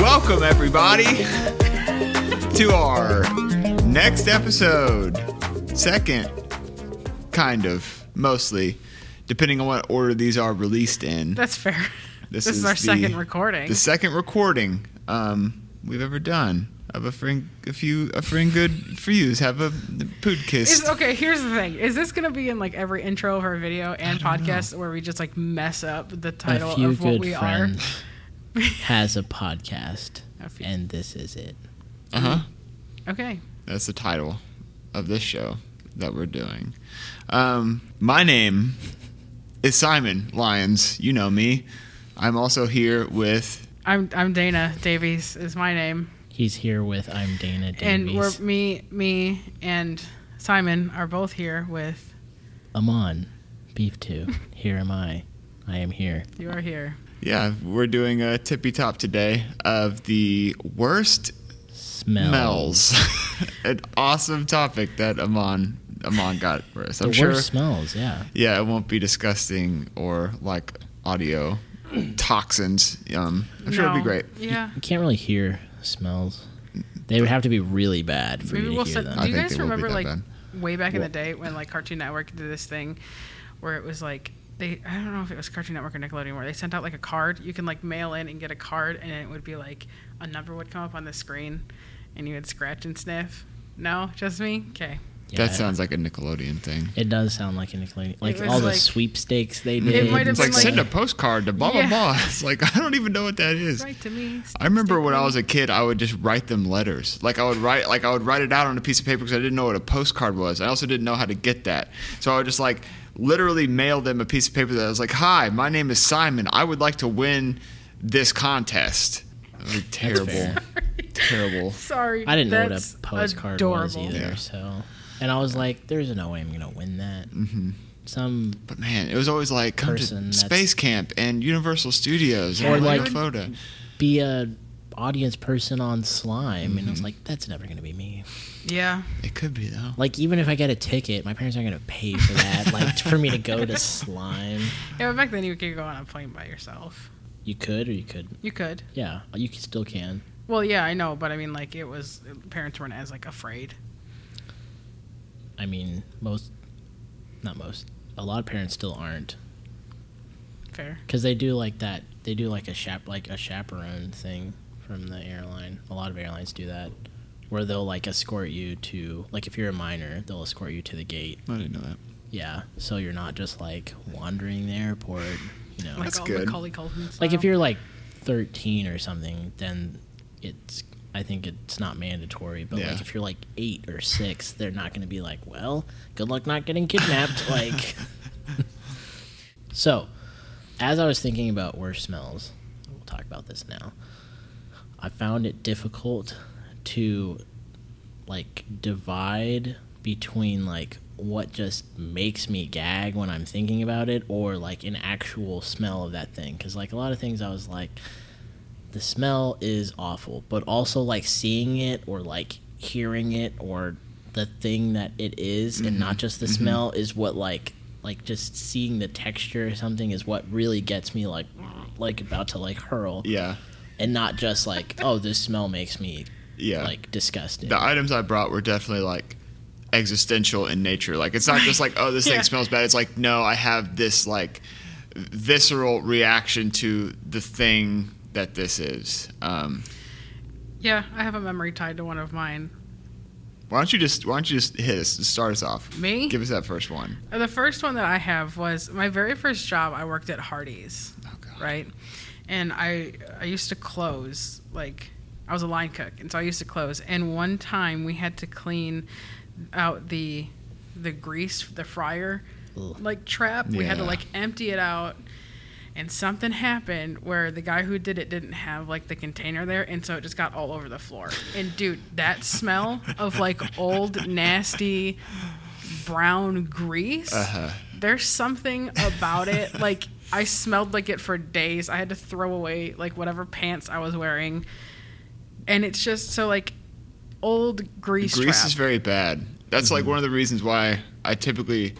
Welcome, everybody, to our next episode. Second, kind of, mostly, depending on what order these are released in. That's fair. This This, is is our the- second recording. The second recording um, we've ever done of a friend, a few, a friend good for yous have a pood kiss. Is, okay, here's the thing: is this gonna be in like every intro of our video and podcast where we just like mess up the title a few of what good we friends has a podcast, A few- and this is it. Uh huh. are? Okay, That's the title of this show that we're doing. Um, my name is Simon Lyons. You know me. I'm also here with. I'm I'm Dana Davies is my name, He's here with I'm Dana and we're Davies. me me and Simon are both here with Amon, Beef Two. Here am I. I am here. you are here. Yeah, we're doing a tippy top today of the worst Smell. smells. An awesome topic that Amon Amon got for us. The I'm worst sure. smells. Yeah. yeah, it won't be disgusting or like audio toxins. Um, I'm sure it'll be No. great. Yeah. You can't really hear smells. They would have to be really bad for Maybe you to we'll hear set. them. I Do you think guys they will be remember that like bad. way back in the Wha- day when like Cartoon Network did this thing where it was like they I don't know if it was Cartoon Network or Nickelodeon where they sent out like a card. You can like mail in and get a card and it would be like a number would come up on the screen and you would scratch and sniff. No, just me. Okay. Yeah, That sounds like a Nickelodeon thing. It does sound like a Nickelodeon. Like was all the like- sweepstakes they did. might have It's been like, like- send a postcard to blah blah Yeah. blah. It's like I don't even know what that is. Right to me. stick, I remember stick when to I me. was a kid, I would just write them letters. Like I would write, like I would write it out on a piece of paper because I didn't know what a postcard was. I also didn't know how to get that, so I would just like literally mail them a piece of paper that I was like, "Hi, my name is Simon. I would like to win this contest." That was terrible, fair. terrible. Sorry. I didn't know what that's a postcard was adorable. either. Yeah. So, and I was like, "There's no way I'm gonna win that." Mm-hmm. Some But man, it was always like come Person to that's- space camp and Universal Studios Or or like like- Florida. be a audience person on slime and i was like that's never gonna be me Yeah. It could be though. like even if i get a ticket my parents aren't gonna pay for that like for me to go to slime Yeah, but back then you could go on a plane by yourself. you could or you could You could. yeah you c- still can Well, yeah, I know, but I mean, like, it was parents weren't as like afraid. i mean most not most a lot of parents still aren't Fair. because they do like that they do like a chap like a chaperone thing from the airline a lot of airlines do that where they'll like escort you to like if you're a minor they'll escort you to the gate I didn't know that. yeah so you're not just like wandering the airport you know Like That's all good. Macaulay Culkin Like if style. you're like 13 or something, then it's I think it's not mandatory. But Yeah. like if you're like eight or six, they're not going to be like, well, good luck not getting kidnapped. like, so as I was thinking about worst smells, we'll talk about this now. I found it difficult to like divide between like what just makes me gag when I'm thinking about it or like an actual smell of that thing cuz like a lot of things I was like the smell is awful but also like seeing it or like hearing it or the thing that it is and not just the smell is what like like just seeing the texture or something is what really gets me like like about to like hurl Yeah, and not just like oh this smell makes me yeah. like disgusted the items I brought were definitely like existential in nature. Like it's not just like, oh, this Yeah. thing smells bad. It's like, no, I have this like visceral reaction to the thing that this is. Um, Yeah, I have a memory tied to one of mine. why don't you just why don't you just hit us, just start us off? Me? Give us that first one. Uh, The first one that I have was my very first job. I worked at Hardee's, Oh god. right? And I I used to close like I was a line cook, and so I used to close. And one time we had to clean out the the grease, the fryer Ugh. like trap. We had to Yeah. like empty it out. And something happened where the guy who did it didn't have like the container there, and so it just got all over the floor. And dude, that smell of like old nasty brown grease. There's something about it. Like I smelled like it for days. I had to throw away like whatever pants I was wearing, and it's just so like old grease. Grease trap. is very bad. That's like one of the reasons why I typically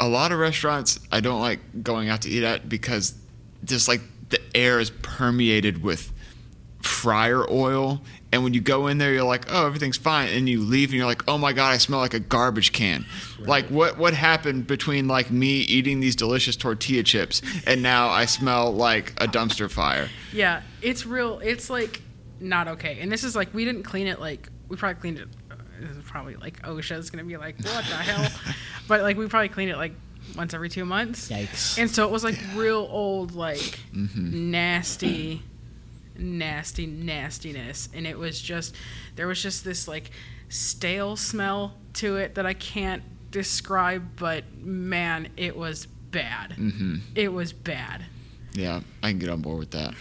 a lot of restaurants I don't like going out to eat at because just like the air is permeated with fryer oil and when you go in there you're like oh everything's fine and you leave and you're like oh my god I smell like a garbage can like what what happened between like me eating these delicious tortilla chips and now I smell like a dumpster fire Yeah, it's real. It's like not okay. And this is like we didn't clean it. Like we probably cleaned it. uh, This is probably like OSHA's gonna be like, what the hell? But like we probably cleaned it like once every two months. Yikes. And so it was like real old, like Mm-hmm. nasty, nasty nastiness, and it was just there was just this like stale smell to it that I can't describe. But man, it was bad. Mm-hmm. It was bad. yeah I can get on board with that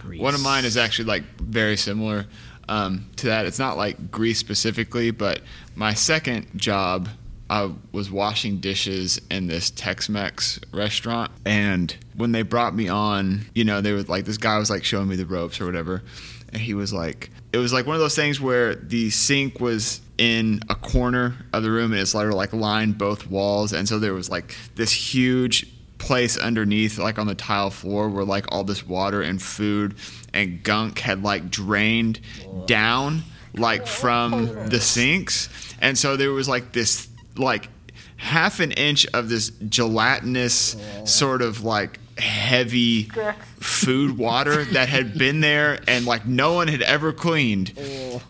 Grease. One of mine is actually like very similar um, to that. It's not like grease specifically, but my second job, I was washing dishes in this Tex-Mex restaurant, and when they brought me on, you know, they were like this guy was like showing me the ropes or whatever, and he was like, it was like one of those things where the sink was in a corner of the room and it's literally like lined both walls, and so there was like this huge place underneath, like on the tile floor, where like all this water and food and gunk had like drained down, like from the sinks. And so there was like this, like half an inch of this gelatinous sort of like heavy food water that had been there and like no one had ever cleaned.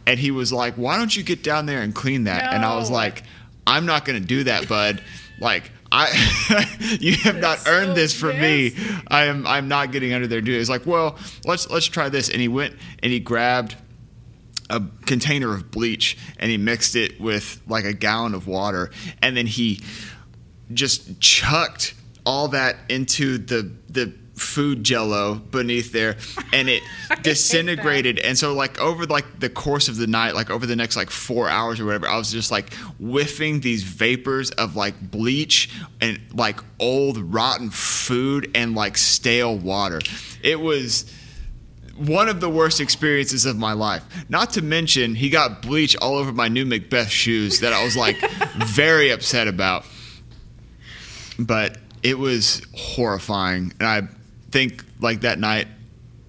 And he was like, Why don't you get down there and clean that? And I was No. like, I'm not going to do that, bud. Like I, you have not That's earned so this from me. I am. I'm not getting under their duty. It's like, well, let's let's try this. And he went and he grabbed a container of bleach and he mixed it with like a gallon of water, and then he just chucked all that into the the food jello beneath there and it disintegrated and so like over like the course of the night like over the next like four hours or whatever i was just like whiffing these vapors of like bleach and like old rotten food and like stale water it was one of the worst experiences of my life. Not to mention, he got bleach all over my new Macbeth shoes that I was like very upset about. But it was horrifying. And I think like that night,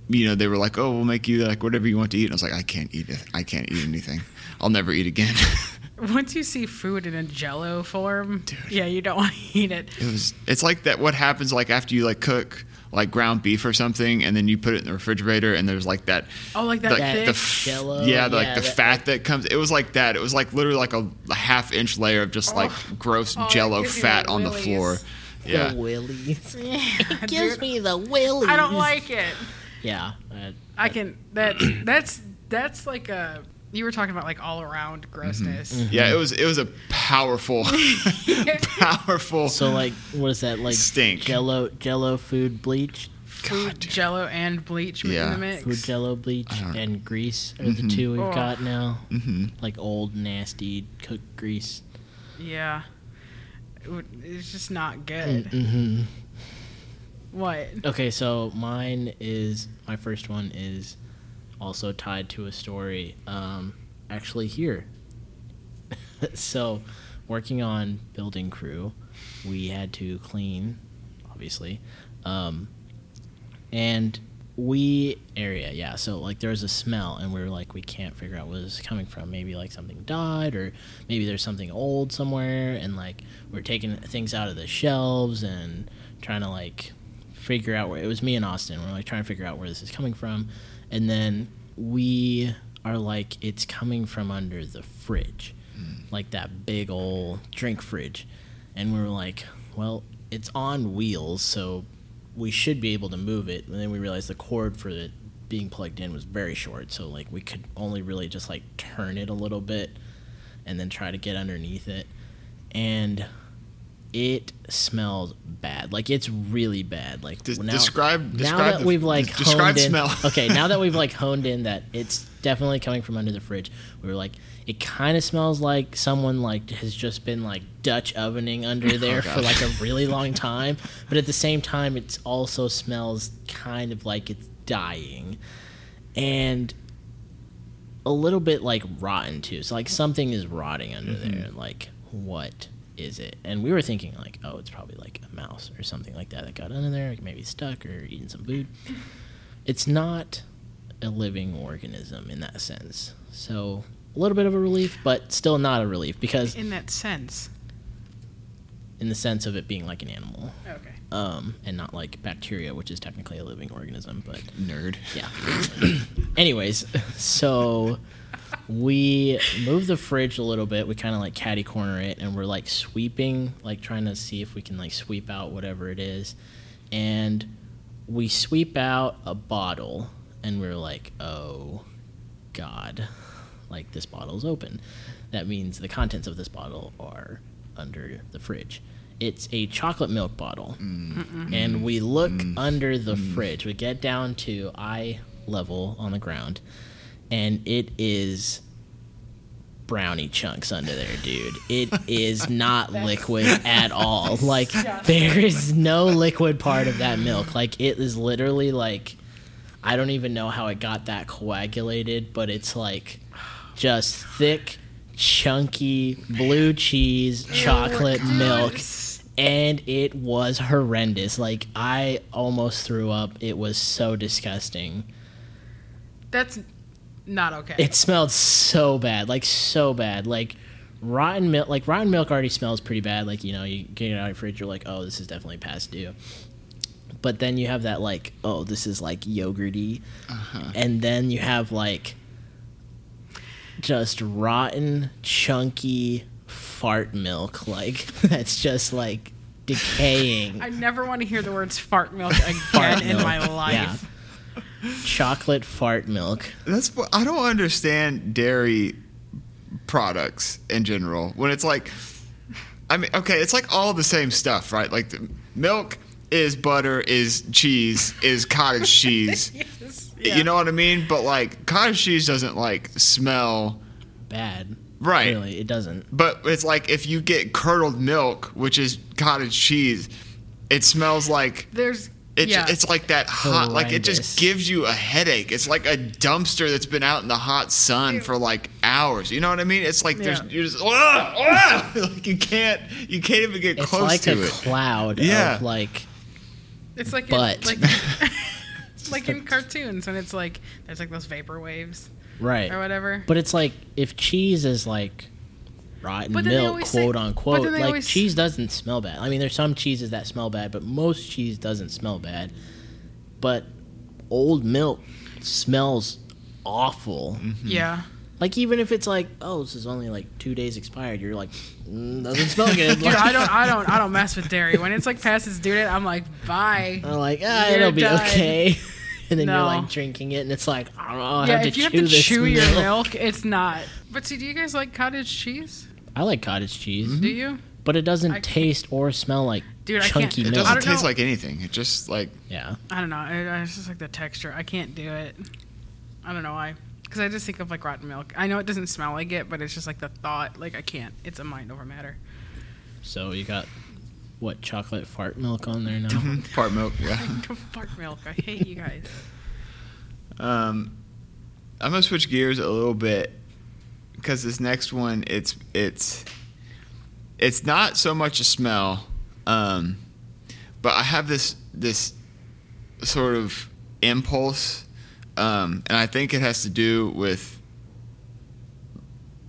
you know, they were like, oh, we'll make you like whatever you want to eat. And I was like, I can't eat it. I can't eat anything. I'll never eat again. Once you see food in a jello form, yeah, you don't want to eat it. it was, it's like that what happens like after you like cook like ground beef or something and then you put it in the refrigerator and there's like that Oh, like that like thick? the f- Jell-O, yeah, the- like yeah, the that- fat that comes. It was like that. It was like literally like a, a half inch layer of just like gross Oh, it Jello gives you fat the on the willies. floor. The Yeah, willies. Yeah, It gives dude. me the willies. I don't like it. Yeah. Uh, I, I can that that's that's like a you were talking about like all Mm-hmm. around grossness. yeah. It Mm. was it was a powerful, powerful. so like, what is that like? Stink. Jello, Jello food bleach, Food, dude. jello, and bleach within Yeah. the mix. food Jello bleach, don't- Mm-hmm. and grease are the two we've Oh. got now. hmm Like old nasty cooked grease. yeah, It would- it's just not good. Mm-hmm. What? Okay, so mine is my first one is also tied to a story um, actually here. so, working on building crew, we had to clean, obviously, um, and we area yeah. So like there was a smell, and we were like we can't figure out where this is coming from. Maybe like something died, or maybe there's something old somewhere, and like we're taking things out of the shelves and trying to like figure out where it was me and Austin. We're like trying to figure out where this is coming from, and then we are like, it's coming from under the fridge, like that big old drink fridge, and we were like, well, it's on wheels, so we should be able to move it. And then we realized the cord for it being plugged in was very short, so like we could only really just like turn it a little bit, and then try to get underneath it, and. It smells bad. Like it's really bad. Like Des- now, describe- now describe that the- we've like des- describe honed in- smell. okay, now that we've like honed in that it's definitely coming from under the fridge. We were like, it kind of smells like someone like has just been like Dutch ovening under there for God. like a really long time. But at the same time, it also smells kind of like it's dying, and a little bit like rotten too. So like something is rotting under there. Like what is it? And we were thinking like, oh, it's probably like a mouse or something like that that got under there, like maybe stuck or eating some food. It's not a living organism in that sense. So a little bit of a relief, but still not a relief because in that sense. in the sense of it being like an animal Okay. um, and not like bacteria, which is technically a living organism, but Nerd. yeah. Anyways, so we move the fridge a little bit. We kind of like catty corner it, and we're like sweeping, like trying to see if we can like sweep out whatever it is. And we sweep out a bottle, and we're like, oh, God, like this bottle's open. That means the contents of this bottle are under the fridge. It's a chocolate milk bottle and we look under the fridge. We get down to eye level on the ground, and it is brownie chunks under there, dude. It is not liquid at all. Like there is no liquid part of that milk. Like it is literally like I don't even know how it got that coagulated, but it's like just thick, chunky blue cheese, chocolate milk and it was horrendous. Like I almost threw up. It was so disgusting. That's not okay. It smelled so bad, like so bad, like rotten milk. Like rotten milk already smells pretty bad. Like you know, you get it out of your fridge, you're like, oh, this is definitely past due. But then you have that like, oh, this is like yogurty, and then you have like just rotten, chunky fart milk. Like that's just like decaying. I never want to hear the words fart milk again Fart in milk. my life. Yeah. Chocolate fart milk. That's what I don't understand dairy products in general. When it's like, I mean, okay, it's like all the same stuff, right? Like the milk is butter, is cheese, is cottage cheese. Yes. You know what I mean? But like cottage cheese doesn't like smell Bad. right. Really, it doesn't. But it's like if you get curdled milk, which is cottage cheese, it smells like There's it's yeah. it's like that hot like it Horrendous. just gives you a headache. It's like a dumpster that's been out in the hot sun for like hours. You know what I mean? It's like there's Yeah. you're just "Ugh, ugh!" like you can't you can't even get It's close like to a it. cloud Yeah. of like It's like But- in, like, like in cartoons when it's like there's like those vapor waves right. or whatever. But it's like if cheese is like rotten But then they milk, always say- quote but unquote, then they like always- cheese doesn't smell bad. I mean, there's some cheeses that smell bad, but most cheese doesn't smell bad. But old milk smells awful. Mm-hmm. yeah. Like even if it's like, oh, this is only like two days expired, you're like, mm, doesn't smell good. Dude, Like- I don't I don't I don't mess with dairy. When it's like past its due date, I'm like, bye. I'm like, ah, You're it'll be done. okay. And then No. you're like drinking it, and it's like, I don't know, I yeah, have to if you chew have to this chew your milk, milk. it's not. But see, do you guys like cottage cheese? I like cottage cheese, Hmm? Do you? but it doesn't I can't- taste or smell like Dude, I can't- chunky It milk. I doesn't don't taste know. like anything. It just like Yeah, I don't know. I, I it's just like the texture. I can't do it. I don't know why. Because I just think of like rotten milk. I know it doesn't smell like it, but it's just like the thought. Like I can't. It's a mind over matter. so you got what chocolate fart milk on there now? hmm, part milk. Yeah. Fart milk. I hate you guys. Um, I'm gonna switch gears a little bit because this next one, it's it's it's not so much a smell, um, but I have this this sort of impulse, um, and I think it has to do with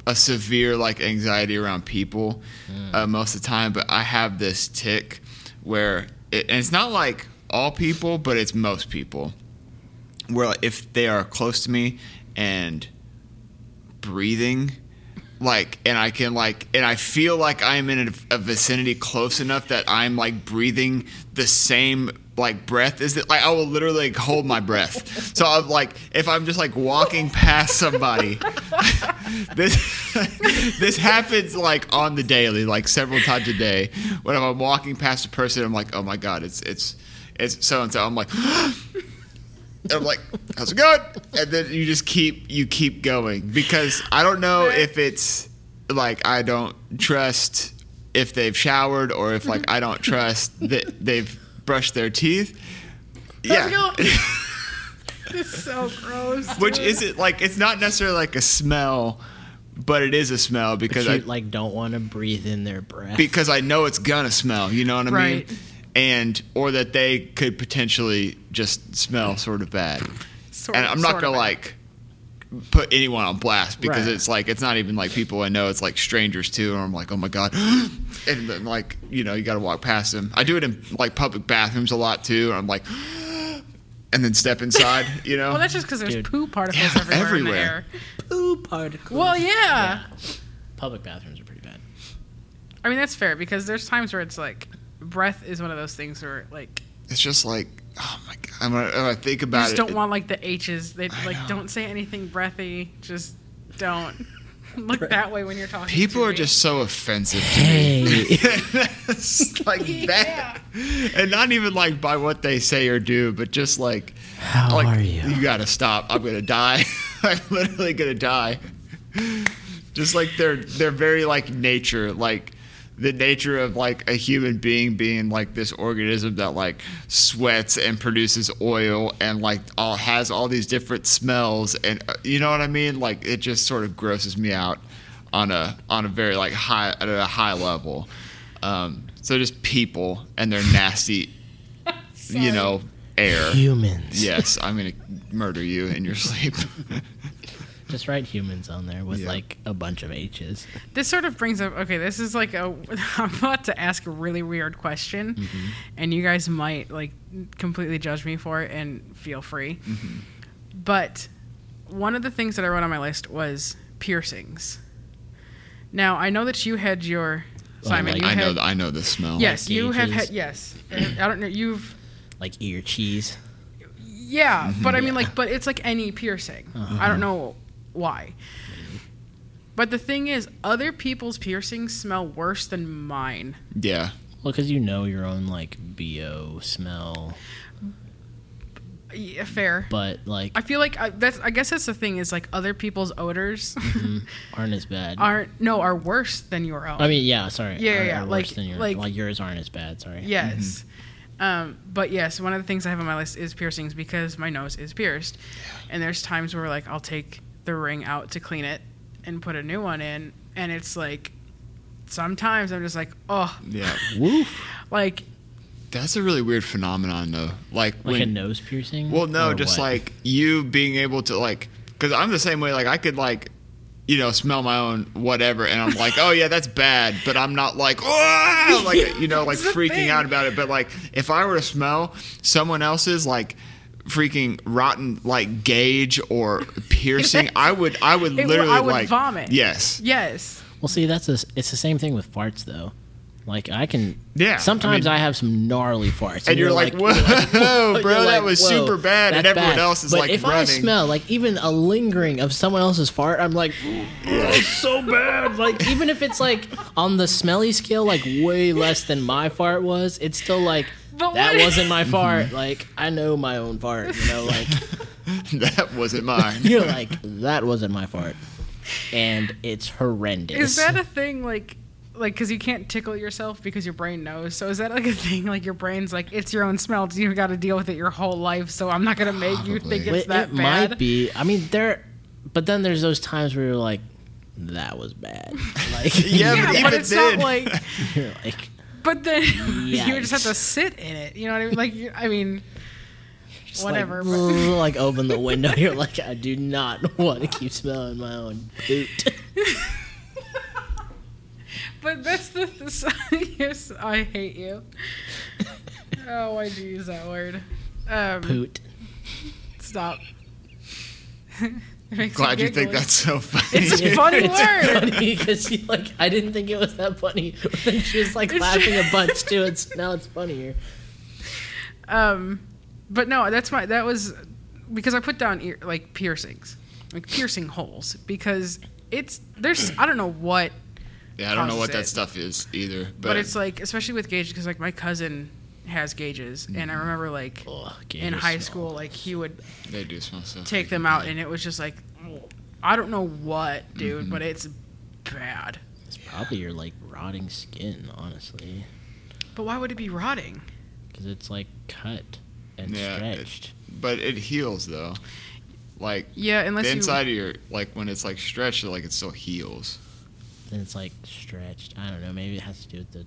a severe like anxiety around people uh, most of the time. But I have this tick where, it, and it's not like all people, but it's most people where like, if they are close to me and breathing like and i can like and i feel like i'm in a, a vicinity close enough that i'm like breathing the same like breath is that like i will literally like, hold my breath so i'm like if i'm just like walking past somebody this this happens like on the daily like several times a day when i'm walking past a person i'm like oh my god it's it's it's so and so i'm like and I'm like, how's it going? And then you just keep you keep going because I don't know if it's like I don't trust if they've showered or if like I don't trust that they've brushed their teeth. How's it yeah. It's so gross. Which dude. is it like it's not necessarily like a smell, but it is a smell Because because you I like don't want to breathe in their breath. because I know it's gonna smell. You know what I Right. mean? And or that they could potentially just smell sort of bad. Sort- and I'm not sort gonna of bad. like put anyone on blast because Right. it's like it's not even like people I know. It's like strangers too, and I'm like, oh my god, and then like you know you got to walk past them. I do it in like public bathrooms a lot too, and I'm like, and then step inside. You know, Well, that's just because there's Dude. poo particles Yeah, everywhere, in the everywhere. air. poo particles. Well, yeah. Public bathrooms are pretty bad. I mean, that's fair because there's times where it's like breath is one of those things where like it's just like oh my god. I'm gonna, I think you about just it. don't want like the H's. They I like know. don't say anything breathy. Just don't look Right. that way when you're talking. People to are me. just so offensive to me. Hey. It's like that. And not even like by what they say or do, but just like How like are you? gotta stop. I'm gonna die. I'm literally gonna die. Just like they're they're very like nature, like the nature of like a human being being like this organism that like sweats and produces oil and like all has all these different smells and uh, you know what I mean? Like it just sort of grosses me out on a on a very like high at a high level. Um, so just people and their nasty, you know, air. Humans. Yes, I'm gonna murder you in your sleep. Just write humans on there with Yeah. like a bunch of H's. This sort of brings up okay, this is like a I'm about to ask a really weird question Mm-hmm. and you guys might like completely judge me for it and feel free. Mm-hmm. But one of the things that I wrote on my list was piercings. Now, I know that you had your Well, Simon, like- you I had know, I know the smell. Yes, you have gauges. had yes. I don't know you've Like ear cheese. yeah, but I mean, Yeah. like, but it's like any piercing. I don't know why. But the thing is, other people's piercings smell worse than mine. Yeah. Well, because you know your own like bo smell, Yeah, fair. but like I feel like I, that's. I guess that's the thing is like other people's odors Mm-hmm. aren't as bad. aren't no are worse than your own. I mean, yeah, sorry. Yeah, are- yeah, are like- worse than your, like- like, yours aren't as bad. Sorry. Yes. Mm-hmm. Um, but yes, one of the things I have on my list is piercings because my nose is pierced. And there's times where like I'll take the ring out to clean it and put a new one in and it's like sometimes I'm just like, "Oh, Yeah. Woof. like That's a really weird phenomenon, though. Like, Like a when, nose piercing. well, no, Or just what? like you being able to like, because I'm the same way. Like, I could like, you know, smell my own whatever, and I'm like, oh yeah, that's bad, but I'm not like, oh, like you know, like It's the freaking thing. out about it. But like, if I were to smell someone else's like freaking rotten like gauge or piercing, I would, I would It would- literally I would like vomit. Yes. yes. Well, see, that's a, it's the same thing with farts though. Like I can. Yeah, I Sometimes I, mean- have some gnarly farts, and you're like, whoa, you're bro, that like, was "Whoa, super bad, and that's everyone bad." else is but like if running. I smell like even a lingering of someone else's fart, I'm like, "Ugh, it's so bad. Like even if it's like on the smelly scale, like way less than my fart was, it's still like But that what- wasn't my fart. Like I know my own fart. You know, like that wasn't mine. you're like that wasn't my fart, and it's horrendous. Is that a thing like like cuz you can't tickle yourself because your brain knows. So is that like a thing like your brain's like it's your own smell. so You've got to deal with it your whole life. So I'm not going to make you think Probably. it's Well, that it bad. might be. I mean, there. But then there's those times where you're like, "That was bad." Like, Yeah, e Yeah, but but, even it's then- not like you're like, But then you would just have to Yikes. sit in it. You know what I mean? Like, you- I mean, just Whatever, Like, but- like, open the window. You're like, I do not want to keep smelling my own boot. but that's the. the yes, I hate you. Oh, why'd you use that word? Um, Poot. Stop. It makes me Glad you think giggly. that's so funny. It's a funny word. because you like I didn't think it was that funny. But then she was like It's- laughing a bunch too. It's now it's funnier. Um, but no, that's my. That was because I put down ear, like piercings, like piercing holes, because it's there's I don't know what yeah, I don't know what that Causes it. stuff is either. But, but, it's like especially with gauges because like my cousin has gauges Mm-hmm. and i remember like Oh, Ugh, in gator high smell. school like he would they do smell so. take them out and it was just like i don't know what dude Mm-hmm. but it's bad It's probably your like rotting skin, honestly, but why would it be rotting because it's like cut and Yeah, it- stretched. but it heals though. Like Yeah, unless the you inside of your like when it's like stretched, like it still heals. Then it's like stretched. I don't know. Maybe it has to do with the.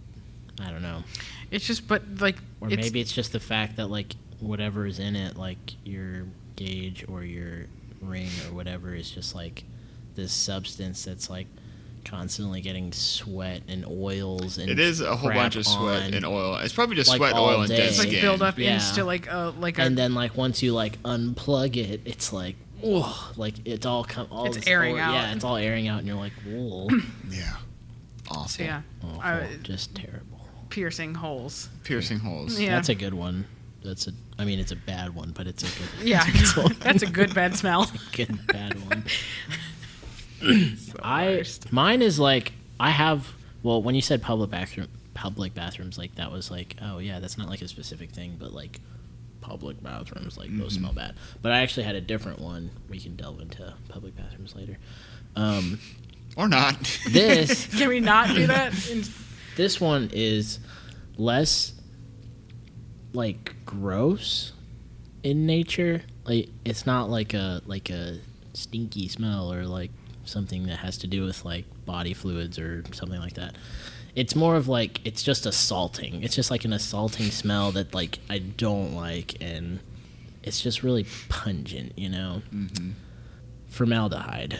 I don't know. It's just, but like, Or it's, maybe it's just the fact that like whatever is in it, like your gauge or your ring or whatever, is just like this substance that's like constantly getting sweat and oils and It is a whole crap bunch of sweat on. and oil. It's probably just like, sweat, all oil, and day. dead it's like skin. build up Yeah. into like a like a and then like once you like unplug it, it's like oh, like it's all come all It's this airing oil- out. Yeah, it's all airing out, and you're like, whoa, Yeah. Awful. so yeah, Oh, awful, I- just terrible. piercing holes. Piercing holes. Yeah. That's a good one. That's a. I mean, it's a bad one, but it's a good. Yeah, it's a good one. that's a good bad smell. good bad one. It's the I worst. mine is like I have. Well, when you said public bathroom, public bathrooms, like that was like, oh yeah, that's not like a specific thing, but like public bathrooms, like those smell bad. But I actually had a different one. We can delve into public bathrooms later. Um, Or not. this Can we not do that? In, this one is less like gross in nature like it's not like a like a stinky smell or like something that has to do with like body fluids or something like that it's more of like it's just assaulting it's just like an assaulting smell that like i don't like and it's just really pungent you know formaldehyde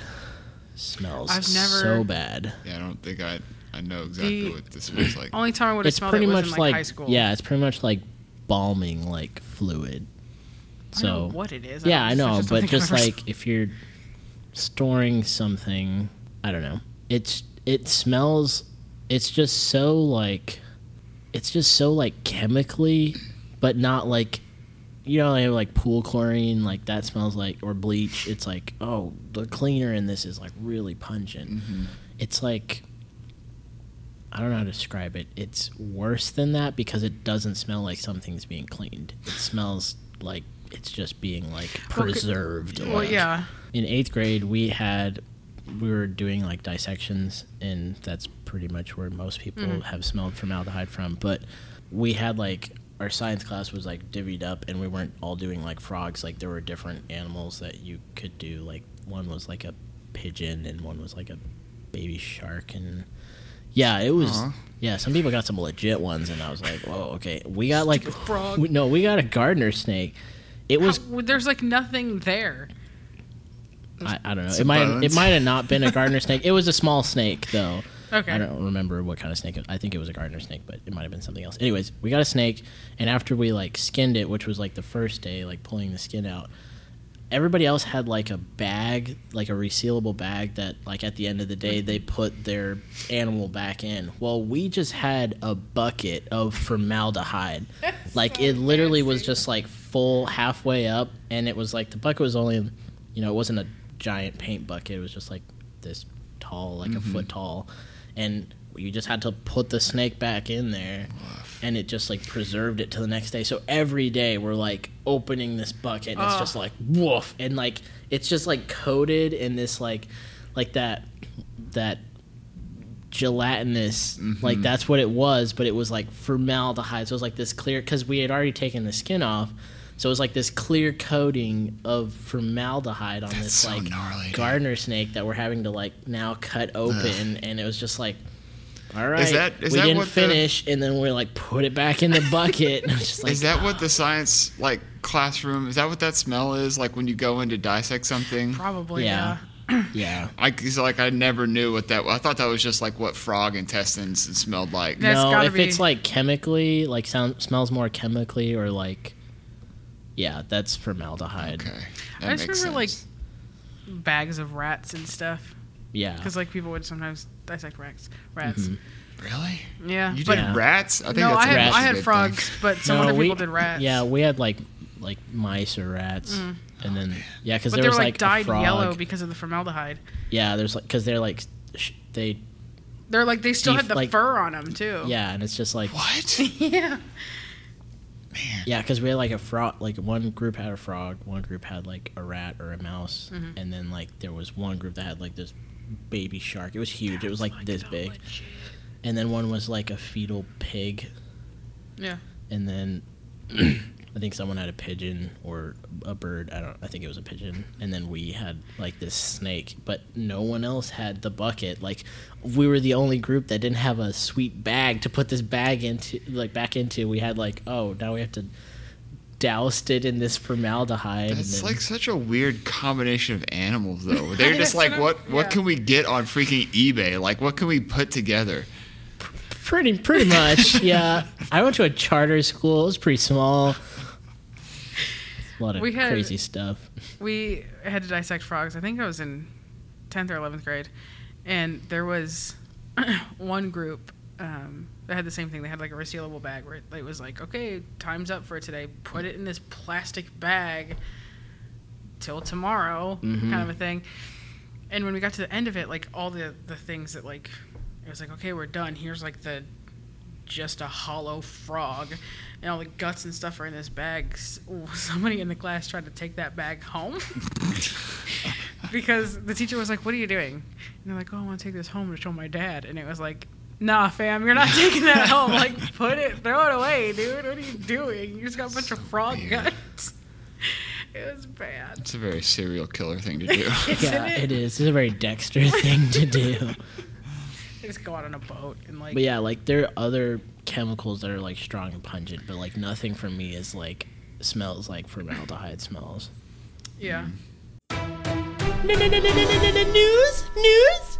smells I've never- so bad yeah, I don't think I I know exactly The- what this smells like. only time I would have it's smelled pretty it was much in like, like high school. yeah, it's pretty much like balming like fluid. I don't know So what it is. yeah, I don't- know, don't but think I've just ever like if you're storing something, I don't know. It's it smells. It's just so like, it's just so like chemically, but not like, you know, they have like pool chlorine like that smells like or bleach. It's like oh, the cleaner in this is like really pungent. It's like. I don't know how to describe it. It's worse than that because it doesn't smell like something's being cleaned. It smells like it's just being like Well, c- preserved. Well, like- yeah, in eighth grade we had we were doing like dissections and that's pretty much where most people Mm-hmm. have smelled formaldehyde from but we had like our science class was like divvied up and we weren't all doing like frogs like there were different animals that you could do like one was like a pigeon and one was like a baby shark and yeah it was Aw. yeah some people got some legit ones and i was like whoa okay we got like Stupid frog. we- no we got a gardener snake it was How- there's like nothing there. I, I don't know. It Some might bones. it might have not been a gardener snake. It was a small snake though. Okay. I don't remember what kind of snake. It, I think it was a gardener snake, but it might have been something else. Anyways, we got a snake, and after we like skinned it, which was like the first day, like pulling the skin out, everybody else had like a bag, like a resealable bag that like at the end of the day they put their animal back in. Well, we just had a bucket of formaldehyde. like it literally was just like full halfway up and it was like the bucket was only you know, it wasn't a giant paint bucket, it was just like this tall, like a foot tall. And you just had to put the snake back in there and it just like preserved it till the next day. So every day we're like opening this bucket and it's Ugh. just like woof and like it's just like coated in this like like that that gelatinous like that's what it was but it was like formaldehyde so it was like this clear because we had already taken the skin off so it was like this clear coating of formaldehyde on this so like gnarly. gardener snake that we're having to like now cut open and it was just like all right that- is we that didn't what the- finish and then we like put it back in the bucket and I was just like is that uh, what the science like classroom? Is that what that smell is like when you go in to dissect something? Probably Yeah. yeah. yeah I 'cause, like I never knew what that. I thought that was just like what frog intestines smelled like. That's no, gotta if it's be- like chemically, like sound smells more chemically, or like, yeah, that's formaldehyde. Okay, that I just makes remember, sense. bags of rats and stuff Yeah, Mm-hmm. because like people would sometimes dissect rats. Rats. really Yeah, you but did Yeah. rats. I think no, I that's a had rats I big had thing. frogs, but some No, other we- people did rats. Yeah, we had like like mice or rats, Oh, and then yeah, because Mm. but there they were was like, a dyed frog. yellow because of the formaldehyde. yeah, there's like because they're like sh- they They're like they still Def- had the like- fur on them Oh. too. yeah, and it's just like What? yeah. yeah, because we had like a frog. Like one group had a frog, one group had like a rat or a mouse, and then like there was one group that had like this baby shark. It was huge. it was like, this big, and then one was like a fetal pig. Yeah. and then I think someone had a pigeon or a bird. I don't. I think it was a pigeon, and then we had like this snake, but no one else had the bucket. Like we were the only group that didn't have a sweet bag to put this bag into, like back into. We had like, oh, now we have to doused it in this formaldehyde. and That's then- like such a weird combination of animals, though. They're just like, That's what what I'm- what yeah. can we get on freaking eBay? Like, what can we put together? Pretty, pretty much, yeah. I went to a charter school. It was pretty small. A lot of We had- crazy stuff. we had to dissect frogs. I think I was in 10th or 11th grade. And there was one group um, that had the same thing. They had like a resealable bag where it, it was like, okay, time's up for today. Put it in this plastic bag till tomorrow, Mhm. kind of a thing. And when we got to the end of it, like all the, the things that like, it was like, okay, we're done. Here's like the just a hollow frog and all the guts and stuff are in this bag. S- Somebody in the class tried to take that bag home because the teacher was like, "What are you doing?" And they're like, "Oh, I want to take this home to show my dad." And it was like, "Nah, fam, you're not taking that home. Like, put it, throw it away, dude. What are you doing? You just got a bunch of frog weird. guts." it was bad. It's a very serial killer thing to do. yeah, it is. It's a very Dexter thing to do. They just go out on a boat and like, But yeah, like there are other chemicals that are like strong and pungent, but like nothing for me is like smells like formaldehyde smells. yeah. News, news.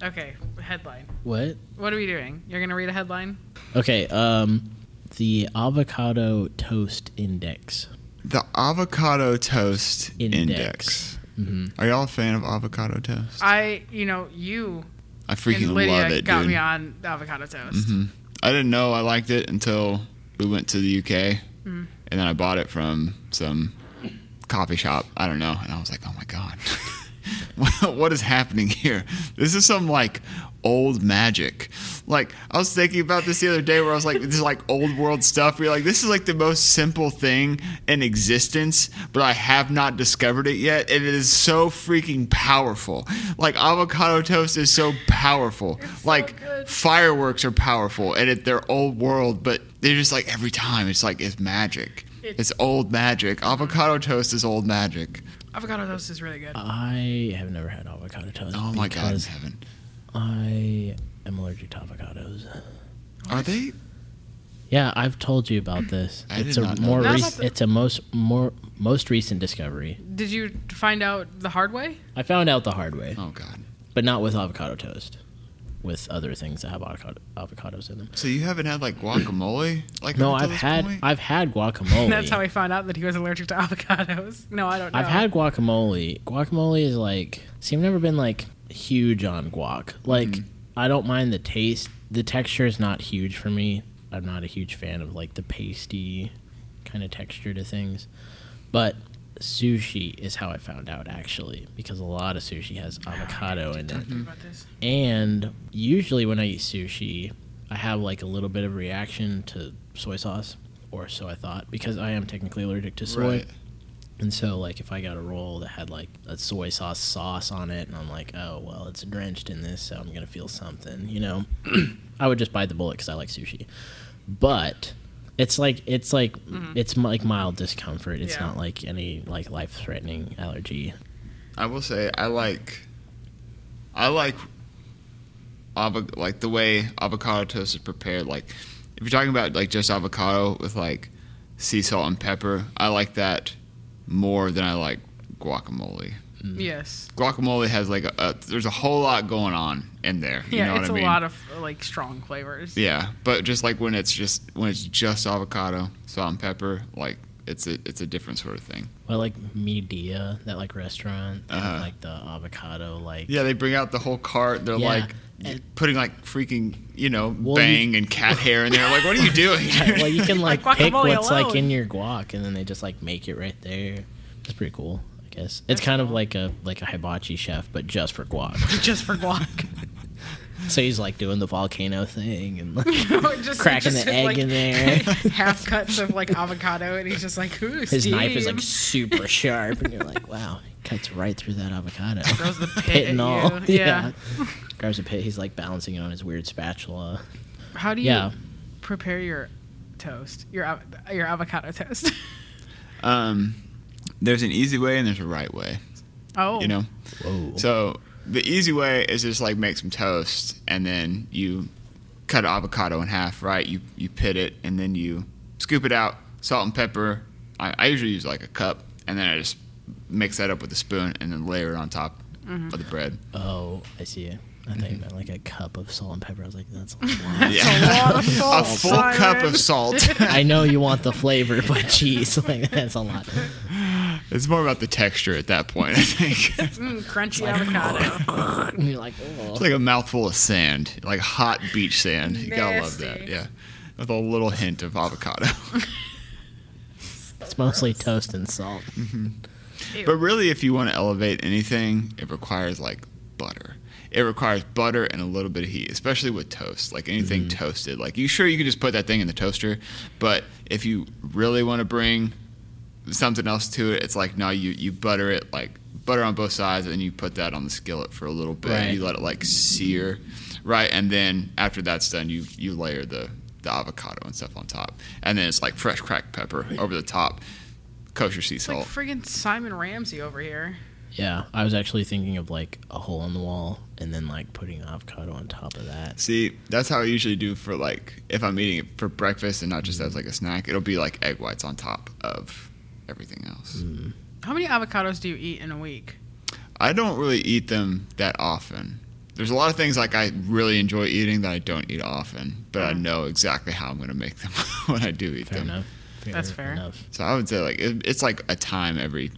Okay, headline. What? What are we doing? You're gonna read a headline? Okay. Um, the avocado toast index. the avocado toast Index. index. Mm-hmm. Are y'all a fan of avocado toast? I, you know, you I freaking and Lydia love it, got dude. me on avocado toast. Mhm. I didn't know I liked it until we went to the UK, Mm. and then I bought it from some coffee shop. I don't know, and I was like, "Oh my god, What- what is happening here? This is some like old magic." Like I was thinking about this the other day, where I was like, "This is like old world stuff." Where you're like, "This is like the most simple thing in existence," but I have not discovered it yet, and it is so freaking powerful. Like avocado toast is so powerful. It's so like good. fireworks are powerful and it, they're old world, but they're just like every time it's like it's magic. It- it's old magic. Avocado toast is old magic. Avocado toast is really good. I have never had avocado toast. Oh my god in because heaven. I am allergic to avocados. Are they Yeah, I've told you about this. I it's did a not know more that. rec- Not about the- it's a most more most recent discovery. Did you find out the hard way? I found out the hard way, Oh god. but not with avocado toast. With other things that have avocado, avocados in them. So you haven't had like guacamole? Like No, up until I've this had point? I've had Oh, guacamole. That's how I found out that he was allergic to avocados. No, I don't know. I've had guacamole. Guacamole is like see, I've never been like huge on guac. Like Mm-hmm. I don't mind the taste. The texture is not huge for me. I'm not a huge fan of like the pasty kind of texture to things. But sushi is how I found out actually because a lot of sushi has Ah, avocado in it. about this. And usually when I eat sushi, I have like a little bit of reaction to soy sauce or so I thought because I am technically allergic to soy. Right. And so, like, if I got a roll that had like a soy sauce sauce on it, and I'm like, oh well, it's drenched in this, so I'm gonna feel something, you know. I would just bite the bullet because I like sushi, but it's like it's like it's like mild discomfort. It's Yeah. not like any like life threatening allergy. I will say I like I like avo- like the way avocado toast is prepared. Like if you're talking about like just avocado with like sea salt and pepper, I like that more than I like guacamole. Yes. Guacamole has like a, a there's a whole lot going on in there. You Yeah, know what it's I mean? a lot of like strong flavors. yeah, but just like when it's just when it's just avocado, salt and pepper, like it's a it's a different sort of thing. But like Media, that like restaurant, they have, Uh-huh. like the avocado, like Yeah, they bring out the whole cart. They're Yeah, like and- putting like freaking, you know, Well, bang and cat hair in there. Like, what are you doing? well, you can like Like pick guacamole what's like alone. in your guac, and then they just like make it right there. It's pretty cool, I guess. It's kind of like a like a hibachi chef, but just for guac. Just for guac. so he's like doing the volcano thing and like, just, cracking just the egg like, in there. half cuts of like avocado, and he's just like, ooh, His knife is like super sharp, and you're like, wow, it cuts right through that avocado. throws the pit, Pit and at all, you. Yeah. Grabs a pit. He's like balancing it on his weird spatula. How do you Yeah. prepare your toast. Your av- your avocado toast. Um, there's an easy way and there's a right way. oh, You know. Whoa. So the easy way is just like make some toast and then you cut avocado in half, right? You you pit it and then you scoop it out, salt and pepper. I, I usually use like a cup and then I just mix that up with a spoon and then layer it on top Mm-hmm. of the bread. oh, I see. I thought you meant like a cup of salt and pepper. I was like, that's a lot. Yeah. lot of A salt, full cup Simon. of salt. I know you want the flavor, but geez, like that's a lot. it's more about the texture at that point, I think. it's Mm, crunchy avocado. And you're like, oh, like a mouthful of sand, like hot beach sand. You gotta love that. Nasty. Yeah. With a little hint of avocado. it's mostly toast and salt. But really, if you want to elevate anything, it requires like butter. It requires butter and a little bit of heat, especially with toast. Like anything toasted, like you sure you could just put that thing in the toaster, but if you really want to bring something else to it, it's like no, you you butter it like butter on both sides, and you put that on the skillet for a little bit. Right. You let it like sear, right, and then after that's done, you you layer the the avocado and stuff on top, and then it's like fresh cracked pepper over the top, kosher sea It's like salt. friggin' Simon Ramsey over here. Yeah, I was actually thinking of like a hole in the wall and then like putting avocado on top of that. See, that's how I usually do for like if I'm eating it for breakfast and not just as like a snack. It'll be like egg whites on top of everything else. Mm. How many avocados do you eat in a week? I don't really eat them that often. There's a lot of things like I really enjoy eating that I don't eat often, but I know exactly how I'm going to make them when I do eat Mm. Fair them. enough. That's fair. Enough. So I would say like it, it's like a time every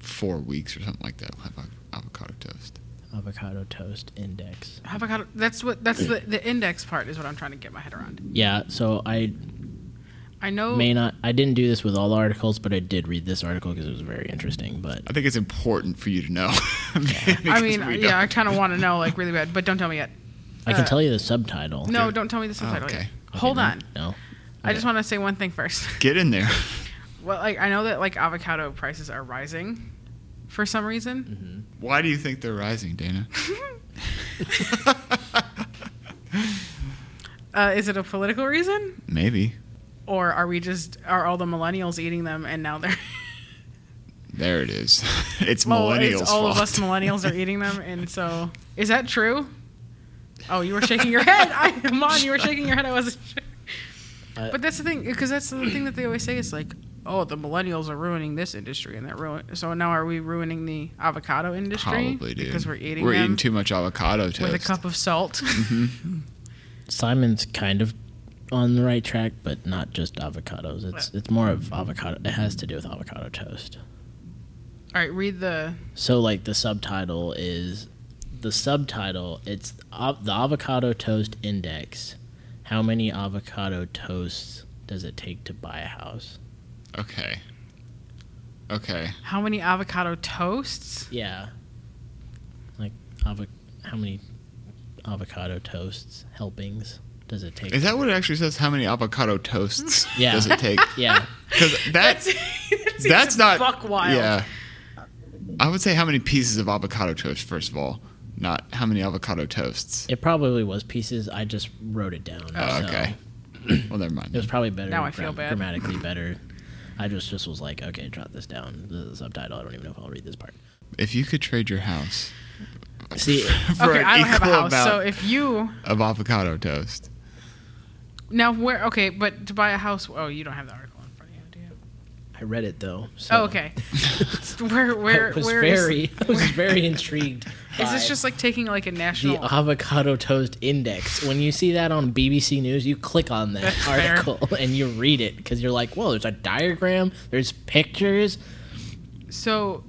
four weeks or something like that. I'll have av- avocado toast. Avocado toast index. Avocado. That's what. That's the the index part is what I'm trying to get my head around. Yeah, so I I know. may not. I didn't do this with all the articles, but I did read this article because it was very interesting. But I think it's important for you to know. I Because mean, we yeah, I don't. kind of want to know like really bad, but don't tell me yet. I can Uh, tell you the subtitle. No, don't tell me the subtitle okay. yet. Okay, Hold no? on. No. I just want to say one thing first. Get in there. Well, like I know that like avocado prices are rising for some reason. Why do you think they're rising, Dana? Uh, is it a political reason, Maybe. or are we just are all the millennials eating them and now they're There it is. It's well, millennials. it's all fault. of us millennials are eating them, and so is that true? Oh, you were shaking your head. I, Mon, you were shaking your head. I wasn't sure. Uh, but that's the thing, because that's the thing that they always say is like, oh, the millennials are ruining this industry, and that ruin. So now are we ruining the avocado industry? Probably, dude. Because we're eating We're them eating too much avocado toast. Mm-hmm. with a cup of salt. Simon's kind of on the right track, but not just avocados. It's it's more of avocado. It has to do with avocado toast. All right, read the. So like the subtitle is the subtitle. It's av- the avocado toast index. How many avocado toasts does it take to buy a house? Okay. Okay. How many avocado toasts? Yeah. Like avo- how many avocado toasts helpings does it take? Is that what it actually says? How many avocado toasts Yeah. does it take? yeah. Because that, that's, that's, not. buck wild. Yeah. I would say how many pieces of avocado toast, first of all, not how many avocado toasts. It probably was pieces. I just wrote it down. Oh, so- okay. well, never mind. It was probably better. Now I feel gram- bad. Grammatically better. I just just was like, okay, jot this down. The subtitle. I don't even know if I'll read this part. If you could trade your house See, for Okay, an I equal don't have a house, amount so if you of avocado toast, now where okay, but to buy a house, oh, you don't have the article in front of you, do you? I read it though. So Oh, okay. where where I was where is- very, I was very intrigued. is by this just like taking like a the national? avocado toast index? When you see that on BBC News, you click on that That's fair. article and you read it because you're like, whoa, there's a diagram, there's pictures. so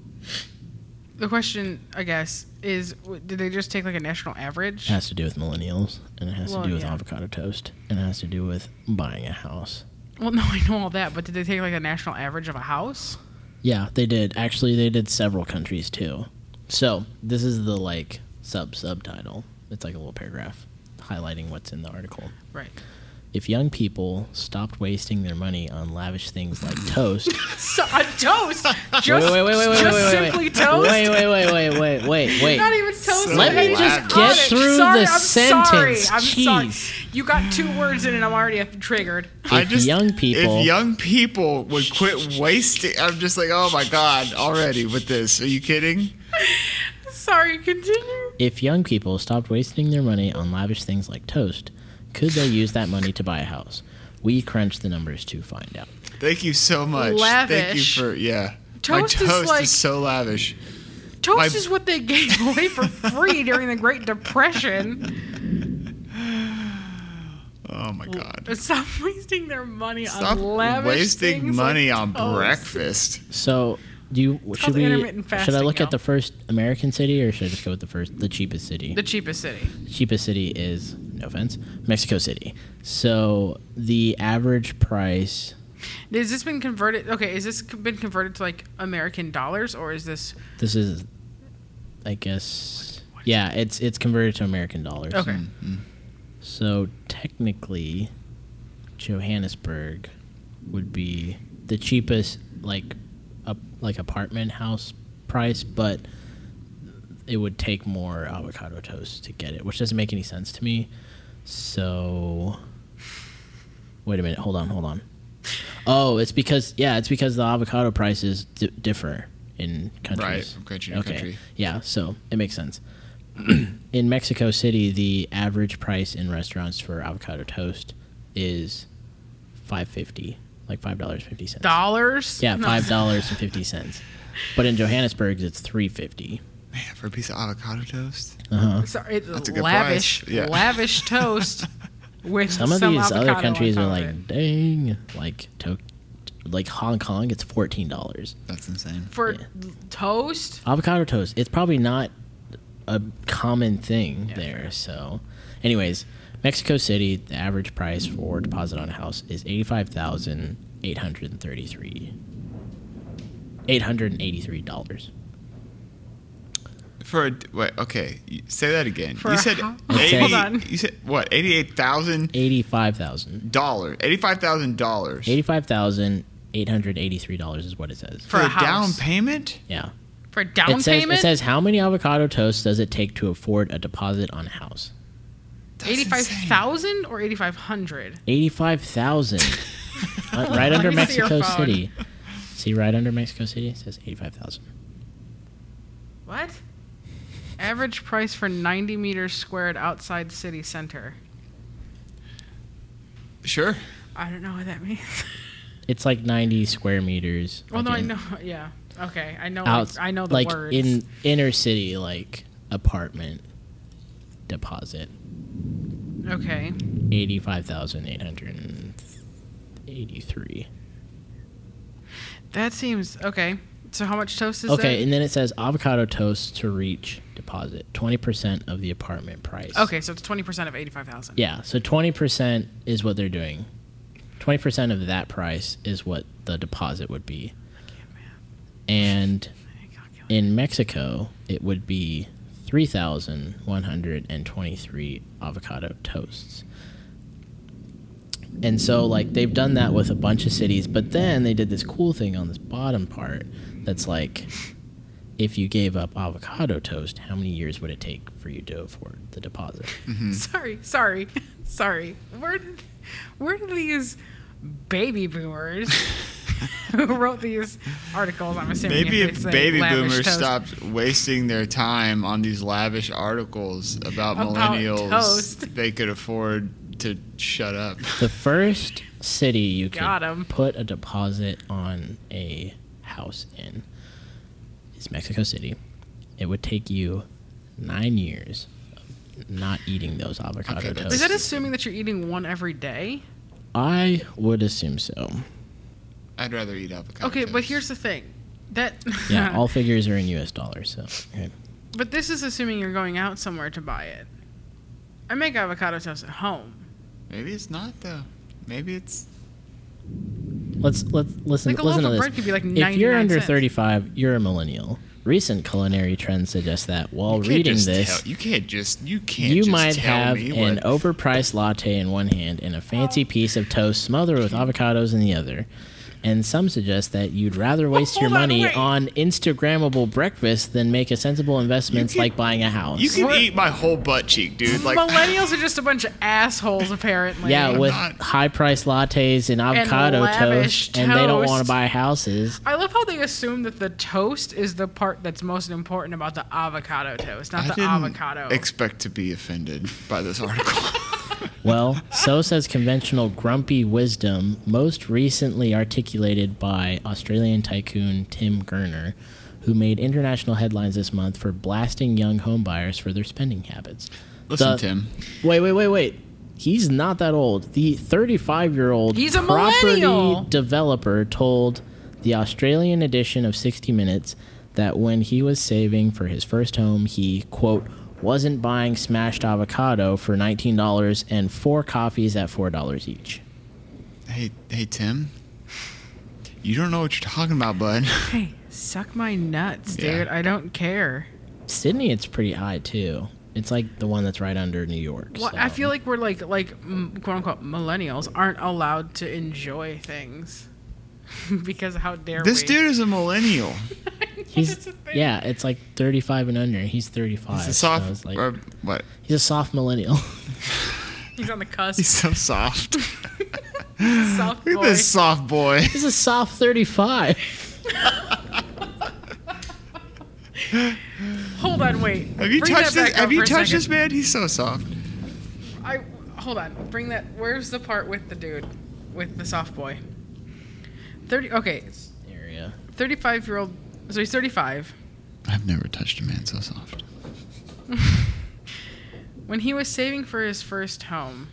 the question, I guess, is w- did they just take like a national average? It has to do with millennials, and it has Well, to do with yeah. avocado toast, and it has to do with buying a house. Well, no, I know all that, but did they take like a national average of a house? Yeah, they did. Actually, they did several countries too. So this is the like sub subtitle. It's like a little paragraph highlighting what's in the article. Right. if young people stopped wasting their money on lavish things like toast, So, a toast. Just, wait, wait, wait, wait, wait, just wait, wait, simply wait. toast. Wait, wait, wait, wait, wait, wait, wait. Not even toast. Let me just on get it. through sorry, the I'm sentence. Sorry. I'm Jeez. sorry. You got two words in, and I'm already triggered. I If young people- if young people would quit wasting, I'm just like, oh my god, already with this. Are you kidding? Sorry. Continue. If young people stopped wasting their money on lavish things like toast, could they use that money to buy a house? We crunched the numbers to find out. Thank you so much. Thank you Lavish. for yeah. Toast is my toast like- so lavish. Toast My- is what they gave away for free during the Great Depression. Oh my god. Stop wasting their money Stop on lavish wasting things money like on toast. breakfast. So, do you should called we intermittent should I fasting, look y'all. at the first American city or should I just go with the first the cheapest city? The cheapest city. cheapest city is no offense mexico city so the average price Has this been converted? Okay, is this been converted to like American dollars or is this this is i guess yeah it's it's converted to american dollars okay? Hmm. so technically johannesburg would be the cheapest like up like apartment house price but it would take more avocado toast to get it which doesn't make any sense to me so wait a minute hold on hold on oh it's because yeah it's because the avocado prices d- differ in countries Right, from country to country. yeah so it makes sense in mexico city the average price in restaurants for avocado toast is 550 like $5.50 Dollars? yeah No. five dollars and fifty cents but in johannesburg it's 350 Man, for a piece of avocado toast. uh-huh Sorry, That's a good lavish, price. Yeah. lavish toast with some of these other avocado on countries are top of like it. dang like to- like hong kong it's $14 That's insane. for yeah. toast. avocado toast it's probably not a common thing there so anyways mexico city the average price for deposit on a house is 85833 $883 For a, wait, okay, you- say that again. For you a said ho- eighty. Hold on. You said what? Eighty-eight thousand 85000 dollars. Eighty-five thousand dollars $85,883 is what it says for For a a down house. payment. yeah For down it says, payment, It says how many avocado toasts does it take to afford a deposit on a house? That's eighty-five insane. thousand or eighty-five hundred. Eighty-five thousand, Uh, right Let under me see your Mexico phone. City. See, right under Mexico City, it says eighty-five thousand. What? Average price for ninety meters squared outside city center. Sure. I don't know what that means. It's like ninety square meters. well, no, like I in- know. Yeah. Okay, I know. Out, I know the like words. in inner city, like apartment deposit, okay. eighty-five thousand eight hundred eighty-three. That seems okay. So how much toast is Okay, that? and then it says avocado toast to reach deposit twenty percent of the apartment price. Okay, so it's twenty percent of eighty-five thousand. Yeah, so 20% is what they're doing. 20% of that price is what the deposit would be. And in Mexico, it would be 3,123 avocado toasts. And so, like, they've done that with a bunch of cities, but then they did this cool thing on this bottom part that's like, if you gave up avocado toast, how many years would it take for you to afford the deposit? Hmm. Sorry, sorry, sorry. Where did, where do these baby boomers who wrote these articles? I'm assuming Maybe if, they if say baby lavish boomers toast stopped wasting their time on these lavish articles about, About millennials, toast. they could afford to shut up. The first city you could Got 'em. put a deposit on a house in is Mexico City. It would take you nine years of not eating those avocado Okay, that's- Is toasts. that assuming that you're eating one every day? I would assume so. I'd rather eat avocado. Okay, but toast. here's the thing. That Yeah, all figures are in U.S. dollars. So okay. But this is assuming you're going out somewhere to buy it. I make avocado toast at home. maybe it's not though. Maybe it's let's let's listen. Like a loaf listen to of this. bread could be like if you're 99 under cents. 35, you're a millennial. Recent culinary trends suggest that while You can't reading just this, tell- you can't just you can't. you just might tell have me an what- overpriced latte in one hand and a fancy piece of toast smothered with avocados in the other. And some suggest that you'd rather waste your hold on, money wait. on Instagrammable breakfast than make a sensible investments can- like buying a house. You can What? eat my whole butt cheek, dude. Like Millennials are just a bunch of assholes, apparently. yeah, with not- high priced lattes and avocado lavish toast, and they don't want toast. to buy houses. I love how they assume that the toast is the part that's most important about the avocado toast, not I the didn't avocado. expect to be offended by this article. Well, so says conventional grumpy wisdom, most recently articulated by Australian tycoon Tim Gurner, who made international headlines this month for blasting young homebuyers for their spending habits. Listen, The- Tim. Wait, wait, wait, wait. He's not that old. The 35 year old He's a property millennial. developer told the Australian edition of 60 Minutes that when he was saving for his first home, he, quote, wasn't buying smashed avocado for $19 and four coffees at $4 each. Hey, hey, Tim. You don't know what you're talking about, bud. hey, suck my nuts, Yeah. dude. I don't care. Sydney, it's pretty high, too. It's like the one that's right under New York. Well, so- I feel like we're like like mm, quote unquote millennials aren't allowed to enjoy things because how dare This we? dude is a millennial. That's he's the thing. yeah, it's like 35 and under. He's 35. He's a so soft. it's like- or what? he's a soft millennial. He's on the cusp. He's so soft. soft Look boy. at this soft boy. This is a soft 35. Hold on, wait. Have you Bring touched that this? back Have up you for a touched second. this man? He's so soft. I hold on. Bring that. Where's the part with the dude, with the soft boy? Thirty. Okay, Area. thirty-five year old. So he's thirty-five. I've never touched a man so soft. When he was saving for his first home,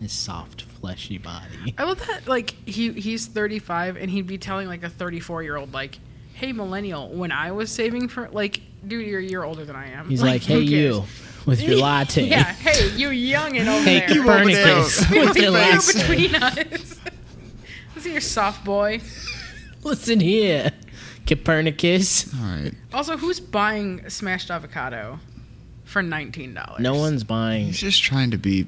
His soft, fleshy body. I love that. Like he he's thirty-five, and he'd be telling like a thirty-four-year-old like, "Hey, millennial, when I was saving for like, dude, you're a year older than I am." He's like, hey, who cares?" you, with your latte. Yeah, hey, you youngin' over Hey, there. You over there. Copernicus, With with your your You're latte. between us. Listen, here, soft boy. Listen here, Copernicus. All right. Also, who's buying smashed avocado for nineteen dollars? No one's buying. He's just trying to be.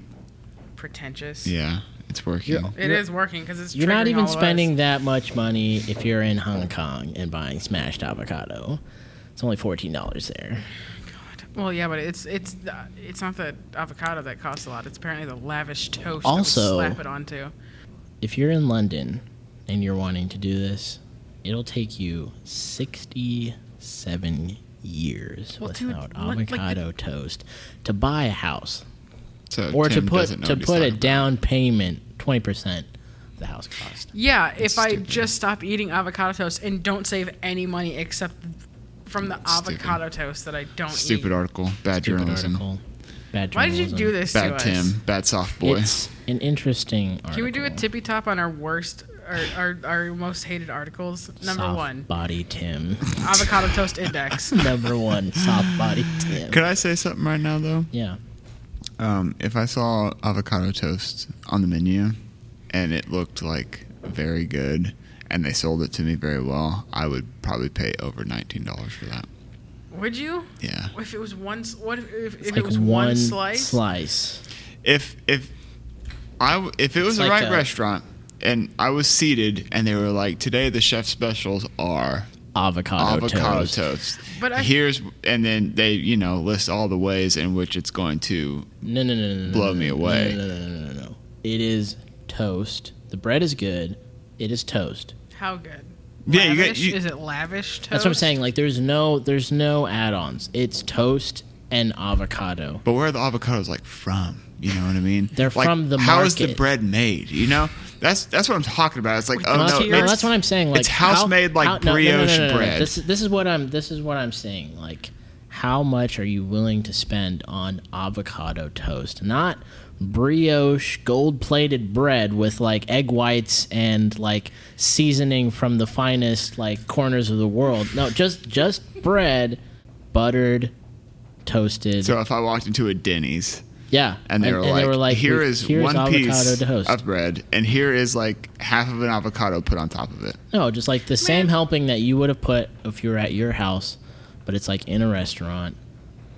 pretentious. Yeah, it's working. Yeah. It is working because it's. You're not triggering all even of us. spending that much money if you're in Hong Kong and buying smashed avocado. It's only $14 there. Well, yeah, but it's it's the- it's not the avocado that costs a lot. It's apparently the lavish toast. Also- that we slap it onto. If you're in London and you're wanting to do this, it'll take you 67 years Well, dude, without what- like the- avocado toast to buy a house. So or Tim to put doesn't know to what he's put a talking about. down payment twenty percent the house cost. Yeah, if I stupid. just stop eating avocado toast and don't save any money except from the Stupid. avocado toast that I don't Stupid eat. article. Bad Stupid journalism. article. Bad Why did you do journalism. this to Bad us? Tim. Bad soft boy. It's an interesting article. Can we do a tippy top on our worst, our, our, our most hated articles? Number Soft one, body Tim. avocado toast index. Number one, soft body Tim. Could I say something right now though? Yeah, Um, if I saw avocado toast on the menu and it looked like very good and they sold it to me very well, I would probably pay over nineteen dollars for that. Would you? Yeah. If it was one, s- what if, if, it's if like it was one, one, slice? slice. If if I w- if it was It's the like right a- restaurant and I was seated and they were like, today the chef specials are Avocado, avocado toast. toast. But I- here's and then they you know list all the ways in which it's going to No, no, no, no, no. Blow no, me no, away. No, no, no, no, no, no. It is toast. The bread is good. It is toast. How good? Yeah, you got- Lavish? you- Is it lavish toast? That's what I'm saying. Like, there's no, there's no add-ons. It's toast and avocado. But where are the avocados like from? You know what I mean? They're Like, from the How is the market. bread made? You know, that's that's what I'm talking about. It's like oh Well, no, that's, what- it's- that's what I'm saying. Like it's house how- made, like, how- no, no, no, no, brioche no, no, no. bread. This, is- this is what I'm. This is what I'm saying. Like, how much are you willing to spend on avocado toast? Not brioche gold plated bread with like egg whites and like seasoning from the finest like corners of the world. No, just just bread, buttered, toasted. so if I walked into a Denny's yeah, and they, were, like, here we- is here's one avocado piece toast. of bread, and here is like half of an avocado put on top of it. No, just like the same helping that you would have put if you were at your house but it's like in a restaurant.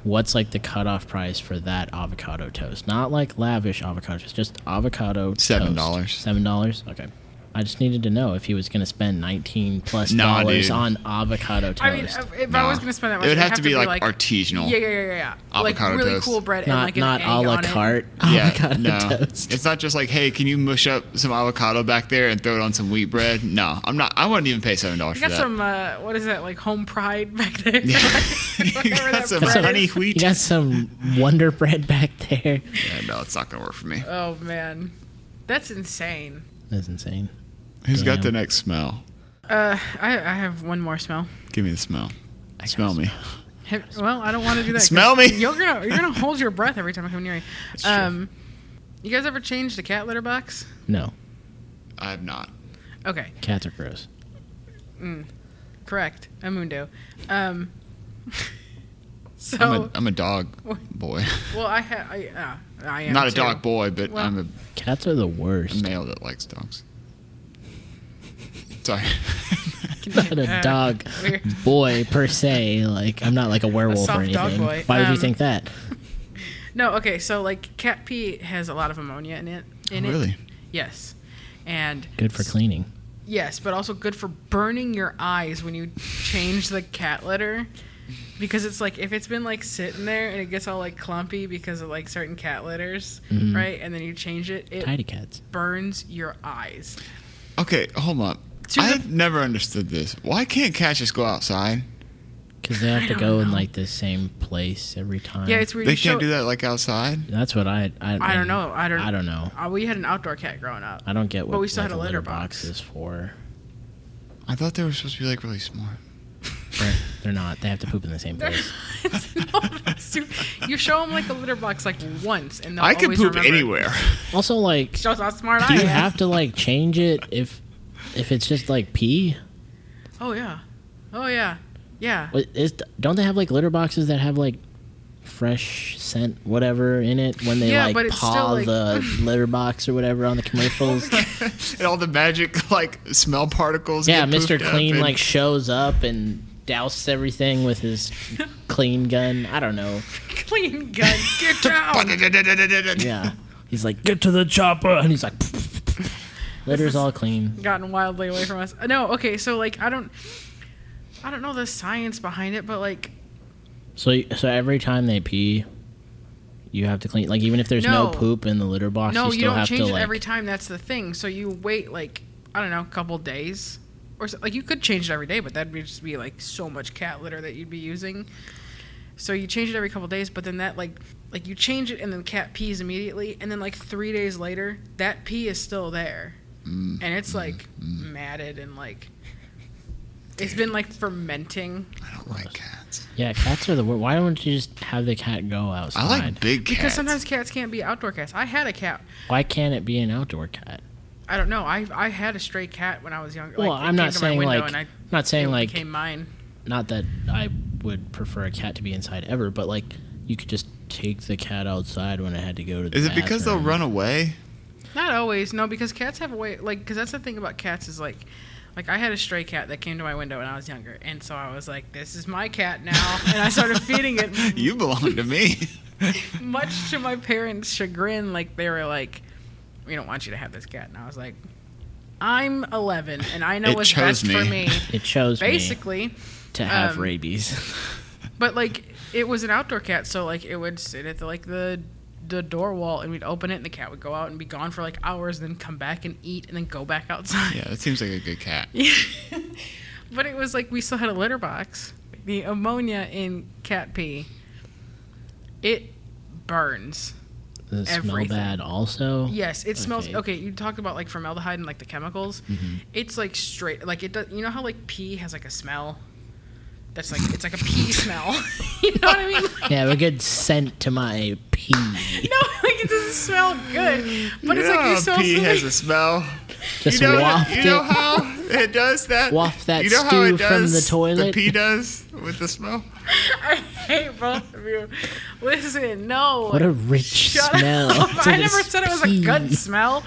What's like the cutoff price for that avocado toast? Not like lavish avocado toast, just avocado Seven toast. dollars. Seven dollars. Okay. I just needed to know if he was going to spend nineteen plus Nah, dollars dude. on avocado toast. I mean, if if I Nah. was gonna spend that It much, would it'd have to be, like, artisanal. Yeah, yeah, yeah, yeah. yeah. Like Avocado really toast. cool bread not and like an not egg a la on it. carte Yeah, avocado no. toast. It's not just like, hey, can you mush up some avocado back there and throw it on some wheat bread? No, I'm not. I wouldn't even pay seven dollars You for got that. some uh, what is that like home pride back there? Yeah. you got Whatever that some bread is. honey You wheat. got some Wonder Bread back there. Yeah, no, it's not gonna work for me. Oh man, that's insane. That's insane. Who's got Damn. the next smell? Uh, I, I have one more smell. Give me the smell. I Smell gotta me. Have, well, I don't want to do that. 'cause Smell me. You're gonna you're gonna hold your breath every time I come near you. true. Um, you guys ever changed a cat litter box? No, I have not. Okay, cats are gross. correct. Amundo. Um, so I'm a, I'm a dog boy. well, I have I, uh, I am not a too. dog boy, but Well- I'm Cats are the a worst. male that likes dogs. Sorry. Not a Uh, dog weird. boy per se. Like I'm not like a werewolf or soft anything. dog boy. Why would you Um, think that? No, okay. So like cat pee has a lot of ammonia in it. In it. really? Yes. And Good for cleaning. Yes, but also good for burning your eyes when you change the cat litter. Because it's like if it's been like sitting there and it gets all like clumpy because of like certain cat litters, Mm-hmm. right? And then you change it, it Tidy cats. burns your eyes. Okay, hold on. To the- I've never understood this. Why can't cats just go outside? Because they have to don't go in know. like the same place every time. Yeah, it's weird. They you can't show- do that like outside. That's what I. I, I don't know. I don't. I don't know. Uh, we had an outdoor cat growing up. I don't get what. But we still like, had a litter box. is for. I thought they were supposed to be like really smart. They're, they're not. They have to poop in the same They're place. not- no, that's too- you show them like a litter box like once, and they'll I could always poop remember. anywhere. Also, like, Shows how smart do I you am. have to like change it if if it's just like pee? oh yeah, oh yeah, yeah. What Is, don't they have like litter boxes that have like fresh scent whatever in it when they Yeah, but like it's still, paw like- the litter box or whatever on the commercials? and all the magic like smell particles. yeah, get Mr. pooped up Clean and- like shows up and douses everything with his clean gun. I don't know. Clean gun, get down. Yeah. He's like, get to the chopper, and he's like, litter's all clean. gotten wildly away from us. No, okay, so like I don't I don't know the science behind it, but like So, y- so every time they pee, you have to clean. Like, even if there's No. no, poop in the litter box, no, you you, still don't have change to it like. every time, that's the thing. So you wait like I don't know, a couple days or so, like you could change it every day, but that'd be just be like so much cat litter that you'd be using. So you change it every couple days, but then that like like you change it and then cat pees immediately and then like 3 days later that pee is still there. Mm. and it's like matted and like it's been like fermenting. I don't like cats. Yeah, cats are the worst. Why don't you just have the cat go outside? I like big cats. Because sometimes cats can't be outdoor cats. I had a cat. Why can't it be an outdoor cat? I don't know. I I had a stray cat when I was younger. well, Like, it came I'm not to my saying window like, and I, I'm not saying it like, became mine. not that I would prefer a cat to be inside ever, but like, you could just take the cat outside when it had to go to. the Is it because they'll bathroom. run away? Not always. No, because cats have a way. Like, because that's the thing about cats is like. Like I had a stray cat that came to my window when I was younger, and so I was like, "This is my cat now," Oh, and I started feeding it. You belong to me. Much to my parents' chagrin, like they were like, "We don't want you to have this cat," and I was like, "I'm 11, and I know It what's chose best for me." me." It chose me Basically, to have um, rabies. But like it was an outdoor cat, so like it would sit at the, like the the door wall, and we'd open it, and the cat would go out and be gone for like hours, then come back and eat, and then go back outside. Yeah, that seems like a good cat. But it was like we still had a litter box. The ammonia in cat pee, it burns. Does it smell everything. bad also? Yes, it smells. Okay. Okay, you talked about like formaldehyde and like the chemicals. It's like straight, like it does. You know how like pee has like a smell. That's like it's like a pee smell. you know what I mean? Yeah, a good scent to my pee. No, like it doesn't smell good. But it's like Yeah, you smell pee has a something. smell. Just you know, waft you know it. how it does that? Waft that you know how stew it from does, the toilet? The pee does with the smell. I hate both of you. Listen, no. What a rich Shut smell. up. to I never this said it was pee. a good smell.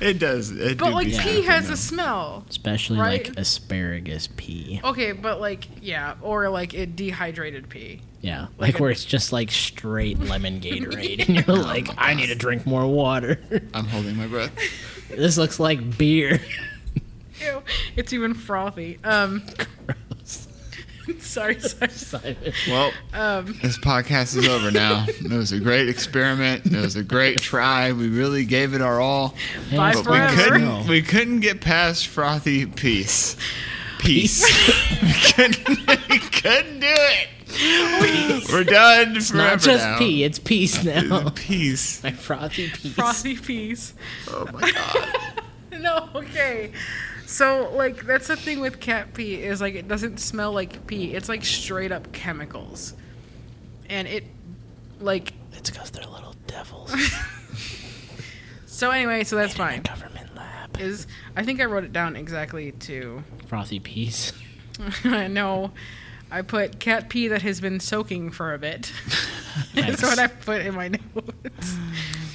It does. It But do like be pee stinky, has though. a smell. especially Right. like asparagus pee. Okay, but like yeah, or like it dehydrated pee. Yeah, like a- where it's just like straight lemon Gatorade, and you're like, I need to drink more water. I'm holding my breath. this looks like beer. Ew, it's even frothy. Um, Gross. sorry, sorry. Simon. Well, Um, this podcast is over now. It was a great experiment. It was a great try. We really gave it our all. Bye But we forever. couldn't No. we couldn't get past frothy peace. Peace. couldn't, we couldn't do it. We're done It's forever not just now. pee, it's peace now. Peace. My frothy peas. frothy peas. Oh my god. No, okay. So like that's the thing with cat pee is like it doesn't smell like pee. It's like straight up chemicals, and it like It's because they're little devils so anyway. So that's fine. government lab. Is I think I wrote it down exactly to Frothy peas. I know. I put cat pee that has been soaking for a bit. That's Nice. what I put in my notes.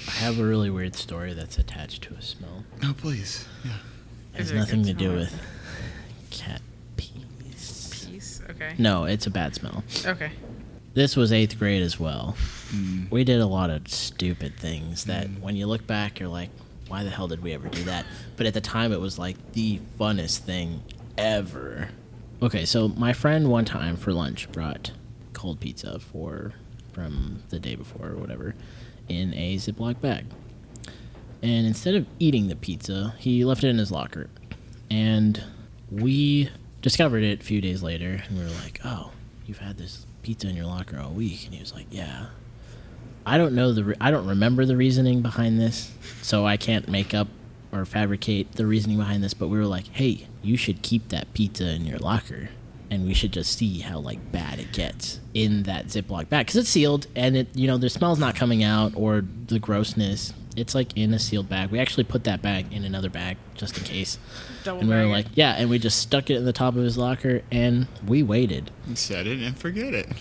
I have a really weird story that's attached to a smell. No, please. Yeah. It has it a good nothing to do smell? with cat peas. Peace. Okay. No, it's a bad smell. Okay. This was eighth grade as well. We did a lot of stupid things that when you look back, you're like, why the hell did we ever do that? But at the time, it was like the funnest thing ever. Okay, so my friend one time for lunch brought cold pizza for from the day before or whatever in a Ziploc bag. And instead of eating the pizza, he left it in his locker. And we discovered it a few days later, and we were like, "Oh, you've had this pizza in your locker all week." And he was like, "Yeah." I don't know the re- I don't remember the reasoning behind this, so I can't make up or fabricate the reasoning behind this, but we were like, "Hey, you should keep that pizza in your locker." And we should just see how like bad it gets in that Ziploc bag because it's sealed and it you know the smell's not coming out or the grossness. It's like in a sealed bag. We actually put that bag in another bag just in case. Double And we were bag. like, yeah, and we just stuck it in the top of his locker and we waited. And Set it and forget it.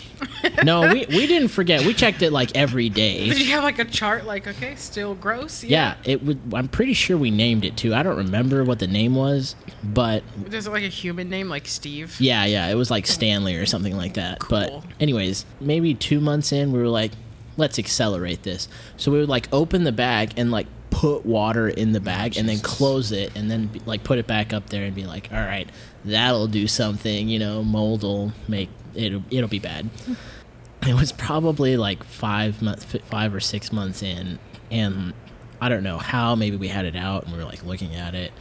No, we, we didn't forget. We checked it like every day. Did you have like a chart? Like, okay, still gross. Yeah, it would I'm pretty sure we named it too. I don't remember what the name was, but Is it like a human name, like Steve? yeah, yeah, it was like Stanley or something like that. Cool. But anyways, maybe 2 months in, we were like, let's accelerate this. So we would like open the bag and like put water in the bag and then close it and then be, like put it back up there and be like, "All right, that'll do something, you know, mold'll make it'll, it'll be bad." it was probably like five months, five or six months in, and I don't know how. Maybe we had it out and we were like looking at it,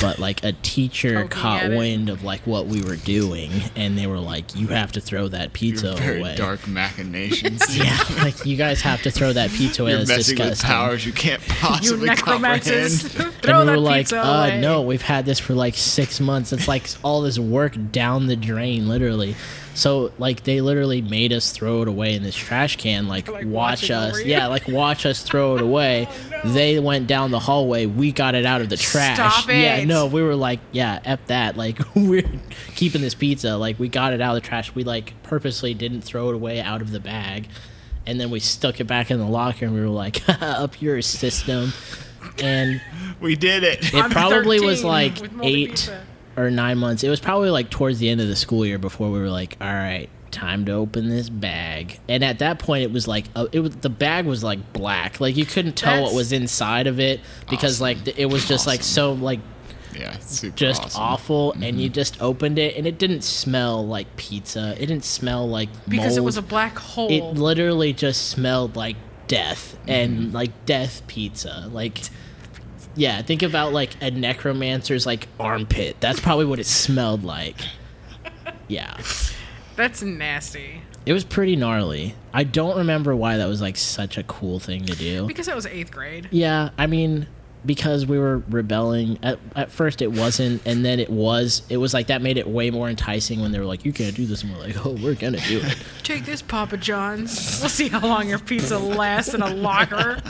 but like a teacher Poking caught at it. wind of like what we were doing, and they were like, "You have to throw that pizza Your very away." dark machinations. Yeah, like you guys have to throw that pizza away. You're That's messing with disgusting. powers you can't You possibly necromancers, comprehend. throw and we that were like, pizza uh, away. no, we've had this for like six months. It's like all this work down the drain, literally. So like they literally made us throw it away in this trash can, like, Like, watch watching over us, you. yeah, like watch us throw it away. They went down the hallway. We got it out of the trash. Oh, Stop Yeah, it. no, we were like, yeah, f that. Like we're keeping this pizza. Like we got it out of the trash. We like purposely didn't throw it away out of the bag. And then we stuck it back in the locker, and we were like, "Up your system!" And We did it. it I'm probably was 13 like with moldy eight pizza. or nine months. It was probably like towards the end of the school year before we were like, all right, time to open this bag. And at that point, it was like, uh, it was, the bag was like black. Like you couldn't tell That's- what was inside of it because Awesome. like th- it was just like so like Yeah, it's super just awesome. awful. And you Mm-hmm. just opened it and it didn't smell like pizza. It didn't smell like because it was a mold. black hole. It literally just smelled like death and like death pizza. Like, yeah, think about like a necromancer's like armpit. That's probably what it smelled like. Yeah, That's nasty. it was pretty gnarly. I don't remember why that was like such a cool thing to do. Because that was eighth grade. Yeah, I mean, because we were rebelling. At, at first, it wasn't, and then it was. It was like that made it way more enticing when they were like, "You can't do this," and we're like, "Oh, we're gonna do it." Take this, Papa John's. We'll see how long your pizza lasts in a locker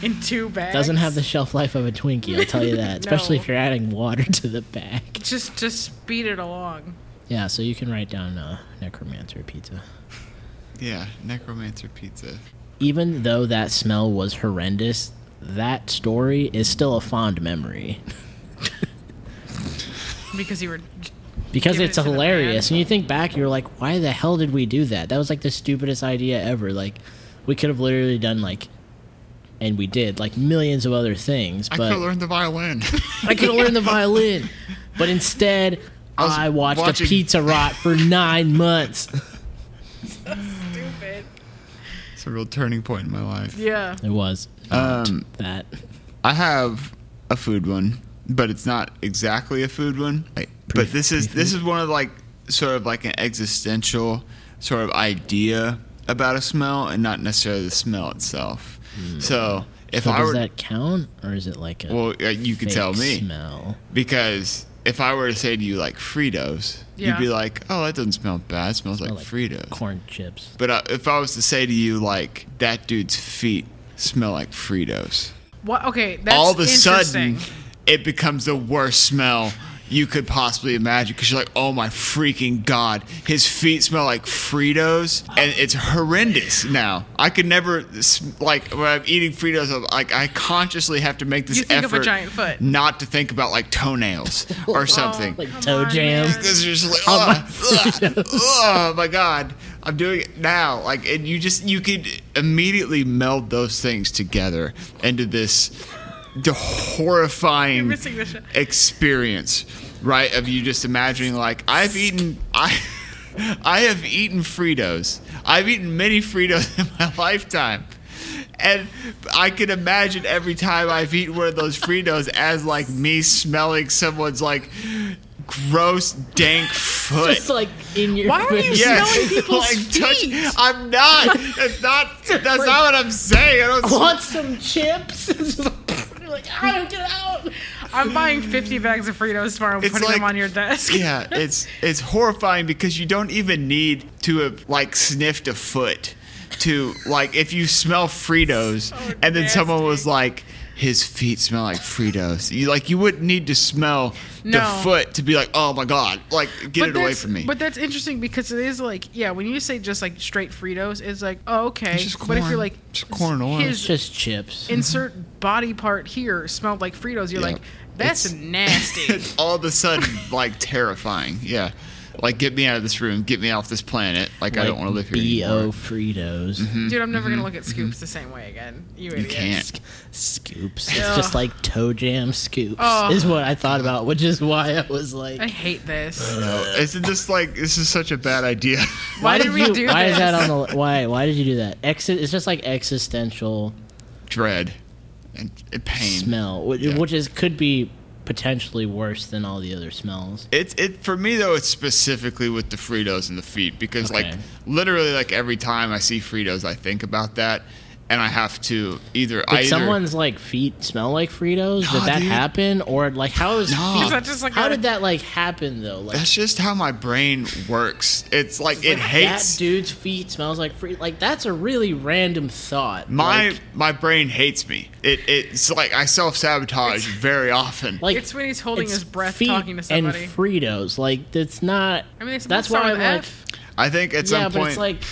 in two bags. Doesn't have the shelf life of a Twinkie, I'll tell you that. Especially No. if you're adding water to the bag. just just speed it along. Yeah, so you can write down uh, necromancer pizza. Yeah, necromancer pizza. Even though that smell was horrendous, that story is still a fond memory because you were because Give it it's to the hilarious. fans. And you think back, you're like, why the hell did we do that? That was like the stupidest idea ever. Like, we could have literally done like, and we did like millions of other things, I but could have learned the violin. I could have learned the violin. But instead, I was I, watched watching- a pizza rot for nine months. stupid. it's a real turning point in my life. Yeah. It was not Um, that I have a food one, but it's not exactly a food one. But this is this is one of like sort of like an existential sort of idea about a smell, and not necessarily the smell itself. So if Hmm. So I does were, that count, or is it like a well, uh, you could fake tell me smell? because if I were to say to you like Fritos, Yeah. you'd be like, "Oh, that doesn't smell bad. It smells like, Or, like Fritos." corn chips. But uh, if I was to say to you like, "That dude's feet smell like Fritos." What? Okay. That's all of a interesting. sudden it becomes the worst smell you could possibly imagine because you're like, oh my freaking god, his feet smell like Fritos, and it's horrendous. Now I could never s- like when I'm eating Fritos, I'm like I consciously have to make this You think of effort a giant foot. not to think about like toenails or something. Like Come toe on, jam. man. Because you're just like, oh, oh my god, I'm doing it now. Like, and you just you could immediately meld those things together into this the You're horrifying missing the shot. experience, right? Of you just imagining like I've eaten I. I have eaten Fritos. I've eaten many Fritos in my lifetime. And I can imagine every time I've eaten one of those Fritos as like me smelling someone's like gross dank foot. Just like in your. Why are you face. Yes, smelling people's feet? I'm not. That's not. That's not what I'm saying. I don't want some chips? It's just like, you're like, I don't get out. I'm buying 50 bags of Fritos tomorrow and It's putting them like- on your desk. yeah, it's it's horrifying because you don't even need to have like sniffed a foot to like if you smell Fritos and then someone was nasty. like his feet smell like Fritos. You like you wouldn't need to smell the No. foot to be like, "Oh my god, like get it away that's- from me." But that's interesting because it is like, yeah, when you say just like straight Fritos, it's like, oh, okay. It's just But if corn. you're like, It's corn oil. his It's just chips. insert body part here smelled like Fritos, you're Yeah. like, that's nasty. it's all of a sudden like terrifying. Yeah. Like get me out of this room, get me off this planet. Like, I don't want to live here. Bo Anymore. Mm-hmm. Fritos. Dude, I'm never gonna look at scoops the same way again. You idiot. can't. Sc- Scoops. It's Ugh. just like toe jam scoops. Oh. Is what I thought about, which is why I was like, I hate this. No, Isn't this like this is such a bad idea? Why, did we you, do Why this? is that on the? Why? Why did you do that? Exit. It's just like existential Dread and, and pain. smell, which, Yeah. which is could be potentially worse than all the other smells. It's it for me though. It's specifically with the Fritos and the feet because like Okay. literally like every time I see Fritos, I think about that, and I have to either I Did either, someone's like feet smell like Fritos? Did Nah, that dude. happen? Or like how is Nah. feet? Is that just like how a- did that like happen though? Like That's just how my brain works. It's like it Like, hates that dude's feet smells like free. Like that's a really random thought. my like, my brain hates me. It it's like I self sabotage very often. like, It's when he's holding it's his breath feet talking to somebody. And Fritos, like that's not. I mean, they that's that's why why I'm like, F. I think at yeah, some but point it's like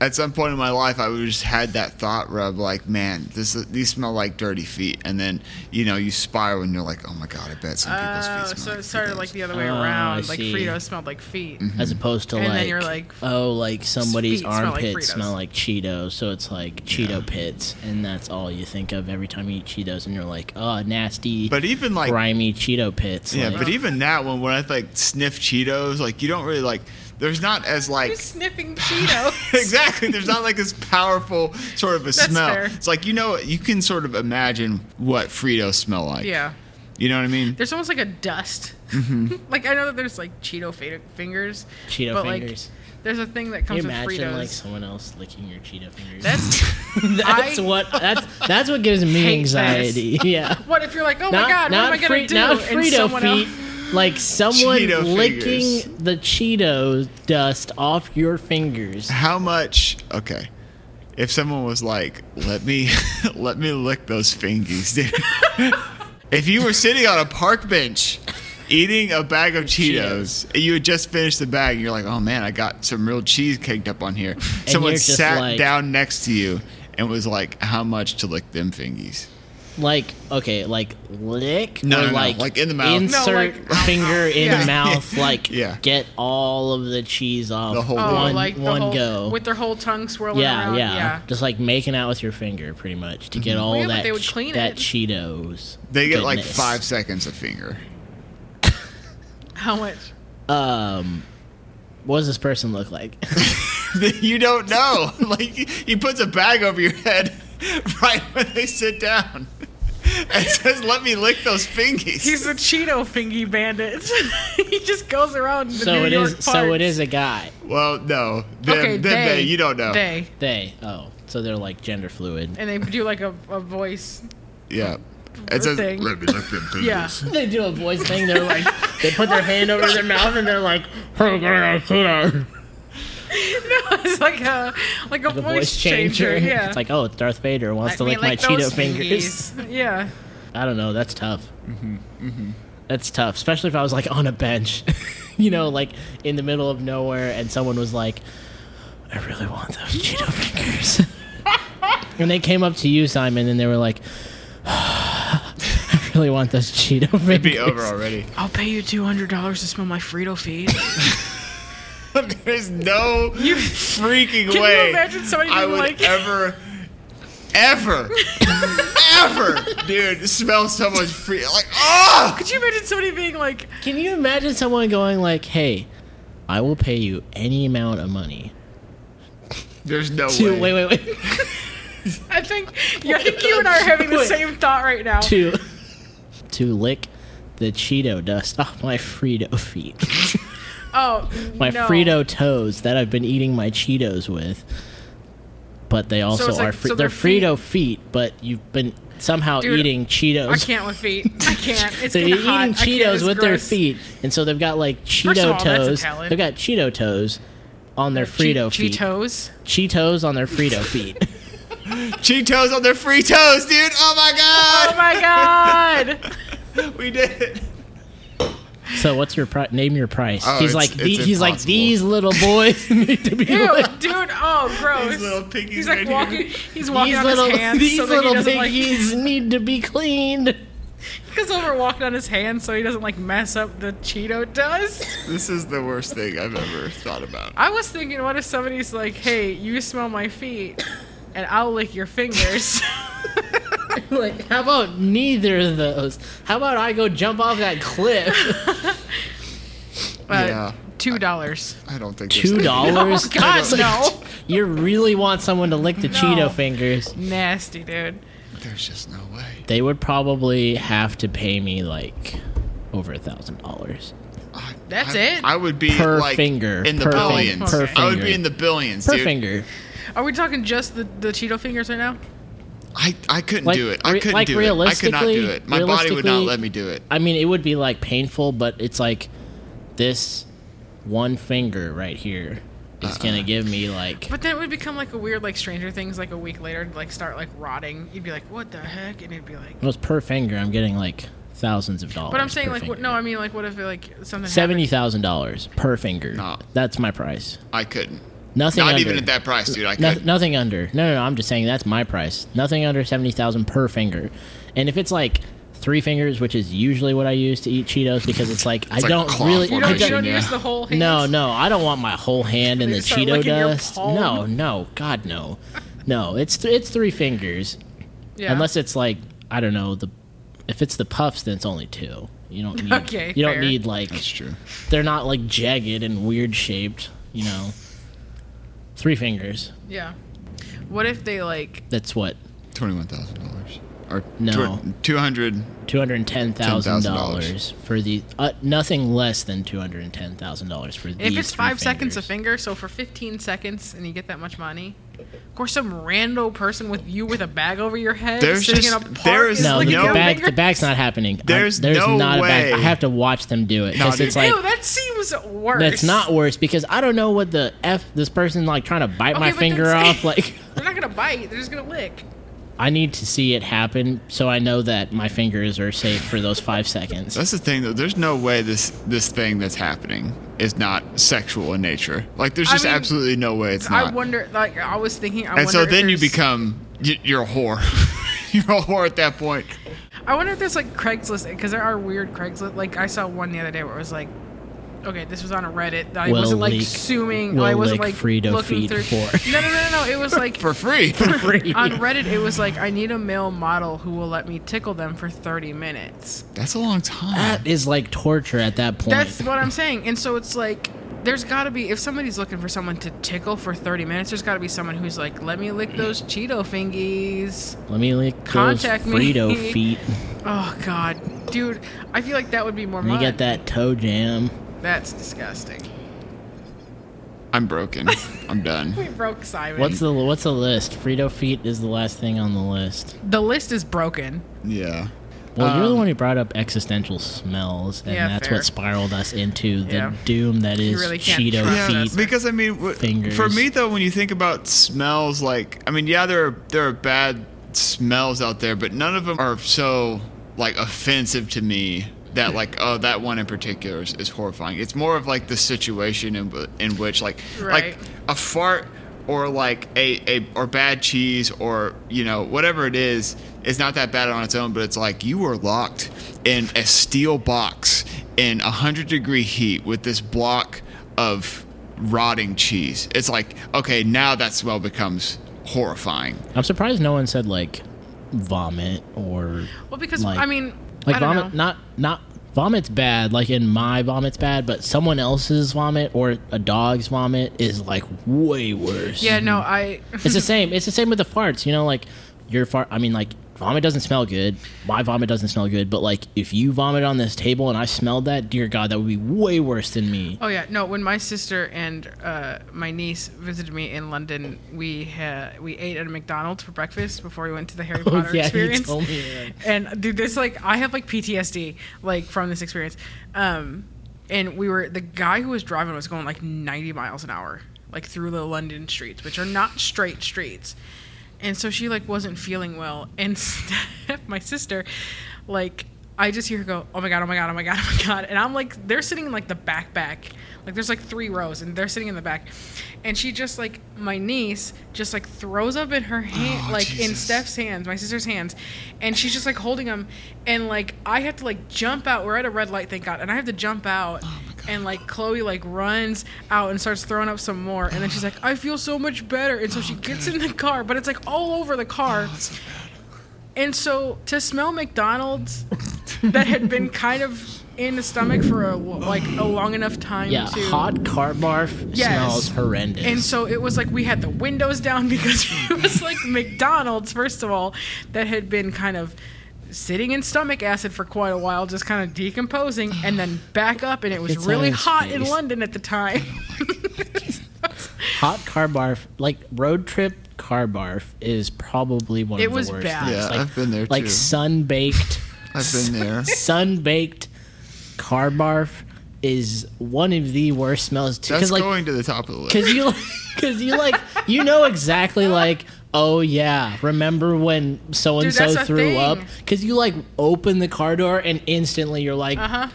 at some point in my life, I would just had that thought rub like, man, this these smell like dirty feet, and then you know you spiral and you're like, oh my god, I bet some people's Oh, feet smell so like it started Fritos." like the other way Oh, I around. like see. Fritos smelled like feet. Mm-hmm. as opposed to And like, then you're like, oh, like feet somebody's smell like armpits Fritos. smell like Cheetos, so it's like Cheeto pits, and that's all you think of every time you eat Cheetos, and you're like, oh, nasty, But even like grimy Cheeto pits. yeah, like, but even that one when I like sniff Cheetos, like you don't really like. There's not as like Who's sniffing Cheetos? exactly. There's not like this powerful sort of a smell. fair. It's like you know you can sort of imagine what Fritos smell like. yeah. you know what I mean. There's almost like a dust. Mm-hmm. like I know that there's like Cheeto fa- fingers. Cheeto but, fingers. Like, there's a thing that Can you comes with imagine Fritos. like someone else licking your Cheeto fingers? That's that's I what that's that's what gives me hate anxiety. Yeah. what if you're like, oh my god, what am I gonna Fri- do? not And someone else- Like someone Cheeto licking fingers. the Cheeto dust off your fingers. How much? Okay, if someone was like, "Let me, let me lick those fingies, dude." if you were sitting on a park bench, eating a bag of Cheetos, and you had just finished the bag, and you're like, "Oh man, I got some real cheese caked up on here." Someone you're just sat like- down next to you and was like, "How much to lick them fingies?" Like okay, like lick No, or no, no, like like in the mouth. No, insert like- finger in Yeah. mouth, like Yeah. get all of the cheese off The whole Oh, One- like the one whole, go. with their whole tongue swirling yeah, around. Mm-hmm. yeah, just like making out with your finger, pretty much, to get all yeah, but that they would ch- clean that it. Cheetos. They get like goodness. five seconds of finger. How much? Um, what does this person look like? you don't know. Like he puts a bag over your head right when they sit down. And says, "Let me lick those fingies." He's the Cheeto fingy bandit. he just goes around. The so New it York is. So it parks. is a guy. well, no, them, okay, them, they, they, you don't know. They They. Oh, so they're like gender fluid. and they do like a, a voice. Yeah, it says, thing. "Let me lick them fingies." Yeah. they do a voice thing. They're like, they put their hand over their mouth and they're like, "Oh, God, Cheetos." no, it's like a like a the voice, voice changer. Yeah. It's like, oh, Darth Vader wants Let to me lick my those Cheeto fingers. fingies. Yeah. I don't know. That's tough. Mm-hmm, mm-hmm. That's tough, especially if I was like on a bench, you know, like in the middle of nowhere, and someone was like, "I really want those Cheeto fingers," and they came up to you, Simon, and they were like, "I really want those Cheeto fingers." It'd be over already. I'll pay you two hundred dollars to smell my Frito feed. There's no freaking Can way you imagine somebody being I would like, ever, ever, ever, dude, smell someone's free. Like, oh! could you imagine somebody being like, Can you imagine someone going like, "Hey, I will pay you any amount of money." There's no To way. wait, wait, wait. I think, yeah, I think you and I are having the Wait. same thought right now. to to lick the Cheeto dust off my Frito feet, Oh, my no. Frito toes that I've been eating my Cheetos with. But they also it's like- are free, so they're, they're feet- Frito feet, but you've been somehow Dude, eating Cheetos. I can't with feet. I can't. It's so getting you're eating hot. I can't. It's Cheetos with their gross. feet, and so they've got like of all, Cheeto that's toes. Italian. They've got Cheeto toes on their Che- Frito feet. Cheetos. Cheetos on their Frito feet. Cheetos on their free toes, dude. Oh Oh my my god! god. we did it. so what's your pri- name? Your price? Oh, it's- he's like it's the, he's like impossible. these little boys need to be Ew, licked." dude. Oh, gross. These little piggies He's right like here. walking. He's walking these on little, his hands. these so that little he doesn't, piggies need to be cleaned. Because over walking on his hands, so he doesn't like mess up the Cheeto dust. This is the worst thing I've ever thought about. I was thinking, what if somebody's like, "Hey, you smell my feet, and I'll lick your fingers." like, how about neither of those? How about I go jump off that cliff? But Yeah. Two dollars. I don't think this Two thing- dollars? Oh, God, It's like, no. You really want someone to lick the Cheeto fingers? Nasty, dude. There's just no way. They would probably have to pay me like over a thousand dollars I- That's I- it? I would be Per like finger, in the per finger, billions. per I would finger. be in the billions, per dude. finger. Are we talking just the, the Cheeto fingers right now? I, I couldn't Like, do it. I re- couldn't like, do it. I could not do realistically- it. My body would not realistically- let me do it. I mean, it would be like painful, but it's like this one finger right here is gonna give me like Uh-uh. But then it would become like a weird, like Stranger Things, like a week later, it'd, like start like rotting. You'd be like, "What the heck?" And it'd be like, Well, it's per finger. I'm getting like thousands of dollars. "But I'm saying per like, what, finger. no, I mean like, what if like something seventy thousand dollars per finger. No. That's my price. I couldn't. Nothing. Not under. even at that price, dude. I No, couldn't. nothing under. No, no, no. I'm just saying that's my price. Nothing under seventy thousand per finger. And if it's like three fingers, which is usually what I use to eat Cheetos, because it's like I like don't claw really. You I don't, you Formation, don't yeah. use the whole hand. no, no, I don't want my whole hand in You the start Cheeto licking your dust. palm. No, no, God, no, no. It's th- it's three fingers, Yeah. unless it's like I don't know the if it's the puffs, then it's only two. You don't need. Okay, you fair. don't need like That's true. they're not like jagged and weird shaped. You know, three fingers. yeah. What if they like That's what Twenty-one thousand dollars or No. two hundred. two hundred ten thousand dollars for the uh, nothing less than two hundred ten thousand dollars for these. If it's three five seconds a fingers. finger, so for 15 seconds and you get that much money, of course, some rando person with you with a bag over your head, There's sitting just- in a park, there is No, licking no- the your bag. finger. The bag's not happening. I- There's there's no not a bag. I way. have to watch them do it because dude. it's like Ew, that seems worse. that's not worse because I don't know what the f this person like trying to bite Okay, my but finger that's- off. Like They're not gonna bite. They're just gonna lick. I need to see it happen so I know that my fingers are safe for those five seconds. That's the thing, though. There's no way this this thing that's happening is not sexual in nature. Like, there's I just mean, absolutely no way it's not. I wonder. Like I was thinking. I and so wonder if then you there's- become y- you're a whore. year old wore at that point. I wonder if there's like Craigslist because there are weird Craigslist. Like I saw one the other day where it was like, okay, this was on a Reddit. I Will wasn't like leak- assuming. will I wasn't like lick Frito looking feed through. for- No, no, no, no, no. It was like For free. on Reddit. It was like I need a male model who will let me tickle them for 30 minutes. That's a long time. That is like torture at that point. That's what I'm saying. And so it's like there's got to be if somebody's looking for someone to tickle for 30 minutes, there's got to be someone who's like, let me lick those Cheeto fingies. Let me lick Contact those me. Frito feet. Oh God, dude, I feel like that would be more. And you fun. get that toe jam. That's disgusting. I'm broken. I'm done. We broke Simon. What's the what's the list? Frito feet is the last thing on the list. The list is broken. Yeah. Well, you're the Um, one who brought up existential smells, and Yeah, that's fair. what spiraled us into the Yeah. doom that is really can't Cheeto trust feet. us. Because I mean, w- Fingers. for me though, when you think about smells, like I mean, yeah, there are, there are bad smells out there, but none of them are so like offensive to me that like oh that one in particular is, is horrifying. It's more of like the situation in w- in which like Right. like a fart or like a, a or bad cheese or you know whatever it is is not that bad on its own but it's like you were locked in a steel box in 100 degree heat with this block of rotting cheese it's like okay now that smell becomes horrifying I'm surprised no one said like vomit or Well, because Like- I mean, like I don't vomit. know. Not not vomit's bad. Like in my vomit's bad, but someone else's vomit or a dog's vomit is like way worse. yeah, no, I. it's the same. It's the same with the farts. You know, like your fart. I mean, like vomit doesn't smell good. My vomit doesn't smell good. But like if you vomit on this table and I smelled that, dear God, that would be way worse than me. Oh yeah, no. When my sister and uh, my niece visited me in London, we had, we ate at a McDonald's for breakfast before we went to the Harry Potter Oh, yeah, you experience. told me that. And dude, there's like I have like PTSD like from this experience. Um, and we were the guy who was driving was going like 90 miles an hour like through the London streets, which are not straight streets. And so she like wasn't feeling well, and my sister, like I just hear her go, oh my god, oh my god, oh my god, oh my god, and I'm like, they're sitting in like the back back, like there's like three rows, and they're sitting in the back, and she just like my niece just like throws up in her hand, Oh, like in Jesus. Steph's hands, my sister's hands, and she's just like holding them, and like I have to like jump out. We're at a red light, thank God, and I have to jump out, Oh, and like Chloe like runs out and starts throwing up some more, and then she's like, I feel so much better, Oh, and so she gets in the car, but it's like all over the car, and so to smell McDonald's that had been kind of in the stomach for a lo- like a long enough time. Yeah, to, hot car barf Yes. smells horrendous. and so it was like we had the windows down because it was like McDonald's, first of all, that had been kind of sitting in stomach acid for quite a while, just kind of decomposing, and then back up. And it was It's on really his hot in face. London at the time. hot car barf, like road trip car barf, is probably one It of was the worst. bad. things. Yeah, like, I've been there, Like too. sunbaked, i've been there sunbaked car barf is one of the worst smells too. that's Because like, going to the top of the list because you, because you like, you know exactly like. Oh yeah, remember when so and Dude, so that's a threw thing. up? Because you like open the car door and instantly you're like, Uh-huh.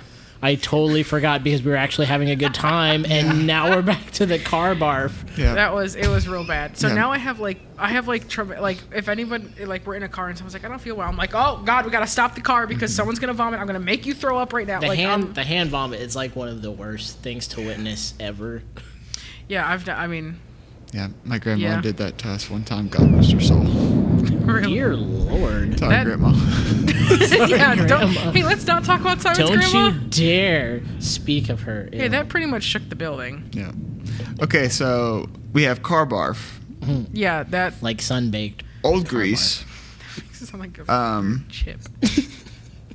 I totally forgot because we were actually having a good time, and now we're back to the car barf. yeah That was it was real bad. So Yeah. now I have like I have like trouble like if anyone like we're in a car and someone's like I don't feel well, I'm like oh god we gotta stop the car because someone's gonna vomit. I'm gonna make you throw up right now. The like hand, um, the hand vomit is like one of the worst things to witness ever. yeah I've done, I mean yeah my grandma Yeah. did that to us one time god rest her soul really Dear Lord, sorry That- grandma yeah don't Grandma. hey let's not talk about Simon's don't grandma. you dare speak of her. Hey, Ew. that pretty much shook the building. yeah okay so we have car barf Yeah, that like sunbaked, old grease makes it sound like a um chip.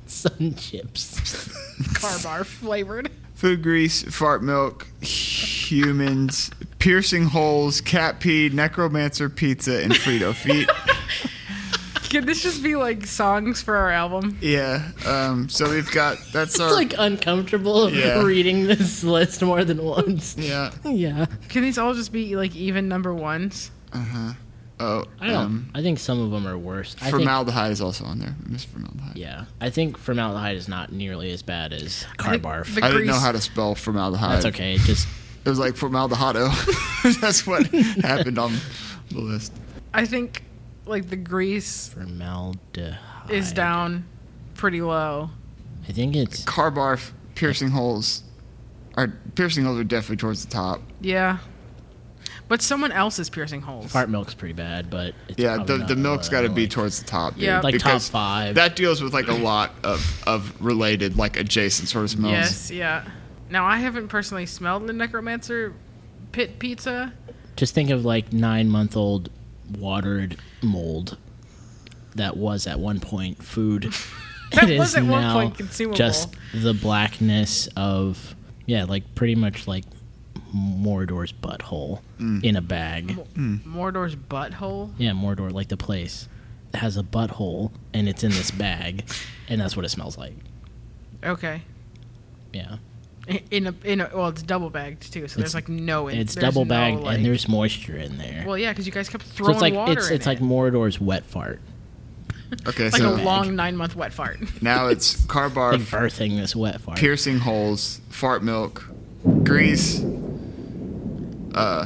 sun chips. Car barf flavored. food grease, fart milk, humans, piercing holes, cat pee, necromancer pizza, and Frito feet. Could this just be like songs for our album? yeah. Um, so we've got that's our It's like uncomfortable Yeah. reading this list more than once. yeah. Yeah, Can these all just be like even number ones? Uh huh. Oh, I don't. um, I think some of them are worse. I think, formaldehyde is also on there. Miss formaldehyde. yeah, I think formaldehyde is not nearly as bad as car think barf. the- I didn't know Grease. how to spell formaldehyde. That's okay. it Just It was like formaldehydo. that's what happened on the list. I think like the grease Formaldehyde. is down pretty low. I think it's Car barf piercing holes are piercing holes are definitely towards the top. Yeah. But someone else is piercing holes. fart milk's pretty bad, but it's Yeah, probably the, not the milk's low, got to be like- towards the top. dude, Yeah. like top because five. That deals with like a lot of, of related, like adjacent sort of smells. Yes, yeah. Now I haven't personally smelled the necromancer pit pizza. Just think of like nine month old watered mold that was at one point food. That It was is at one now point consumable. Just the blackness of yeah, like pretty much like Mordor's butthole Mm. in a bag. Mordor's butthole. Yeah, Mordor, like the place, has a butthole and it's in this bag, and that's what it smells like. Okay. Yeah, I- In a in a well, it's double bagged too. So there's It's- like no. in- it's there's double no, bagged like- and there's moisture in there. Well, yeah, because you guys kept so throwing it's like water it's in it's like it. Mordor's wet fart, Okay, like so a long nine month wet fart. now it's car like barf, birthing this wet fart. piercing holes, fart milk, grease. Uh,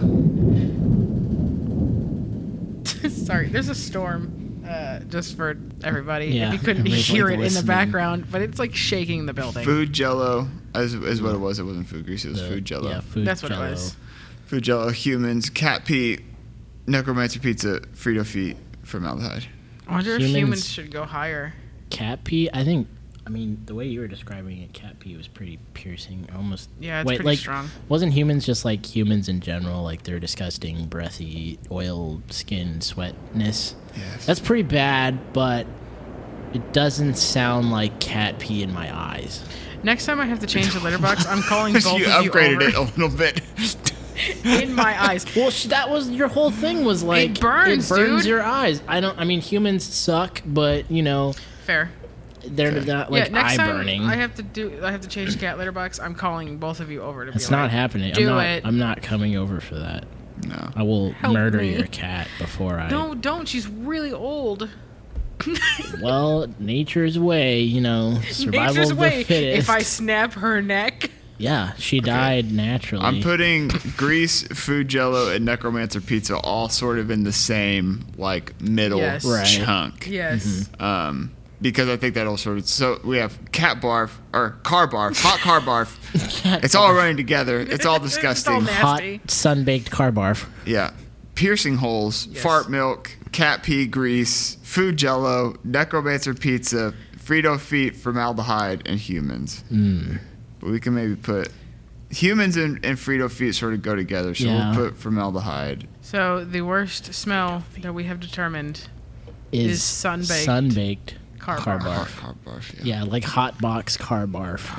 Sorry, there's a storm. Uh, just for everybody, Yeah, if you couldn't everybody hear it in the listening. background, but it's like shaking the building. food jello is, is what it was. It wasn't food grease. It was The- food jello. Yeah, food That's what it jello. was. Food jello, humans, cat pee, necromancer pizza, Frito feet, formaldehyde. I wonder if humans Humans- should go higher. Cat pee. I think. I mean, the way you were describing it, cat pee was pretty piercing. Almost. Yeah, it's wait, pretty like, strong. Wasn't humans just like humans in general? Like they're disgusting, breathy, oil, skin, sweatness. Yes. That's pretty bad, but it doesn't sound like cat pee in my eyes. Next time I have to change the litter box, I'm calling both you of upgraded you it a little bit. it in my eyes. Well, sh- that was your whole thing was like burns, dude. your eyes. I don't. I mean, humans suck, but you know Fair. they're not like yeah, next eye time burning. I have to do. I have to change the cat litter box. I'm calling both of you over to. It's be not like, happening. Do I'm not, it. I'm not coming over for that. no. I will Help murder me. your cat before I. No, don't. She's really old. Well, nature's way, you know, survival Nature's of the way. fittest. If I snap her neck, yeah, she died naturally. I'm putting grease, food jello, and necromancer pizza all sort of in the same like middle Yes. Right. chunk. yes. Um, because I think that'll sort of so we have cat barf or car barf, hot car barf. it's all running together. It's all It's all disgusting. nasty. hot nasty. sun-baked car barf. Yeah. Piercing holes, Yes. fart milk, cat pee grease, food jello, necromancer pizza, Frito feet, formaldehyde, and humans. Hmm. But we can maybe put humans and, and Frito feet sort of go together. So Yeah. we'll put formaldehyde. So the worst smell that we have determined. Is, Is sun-baked sun-baked car car, barf. barf. Car, car barf. Yeah. Yeah, like hot box car barf.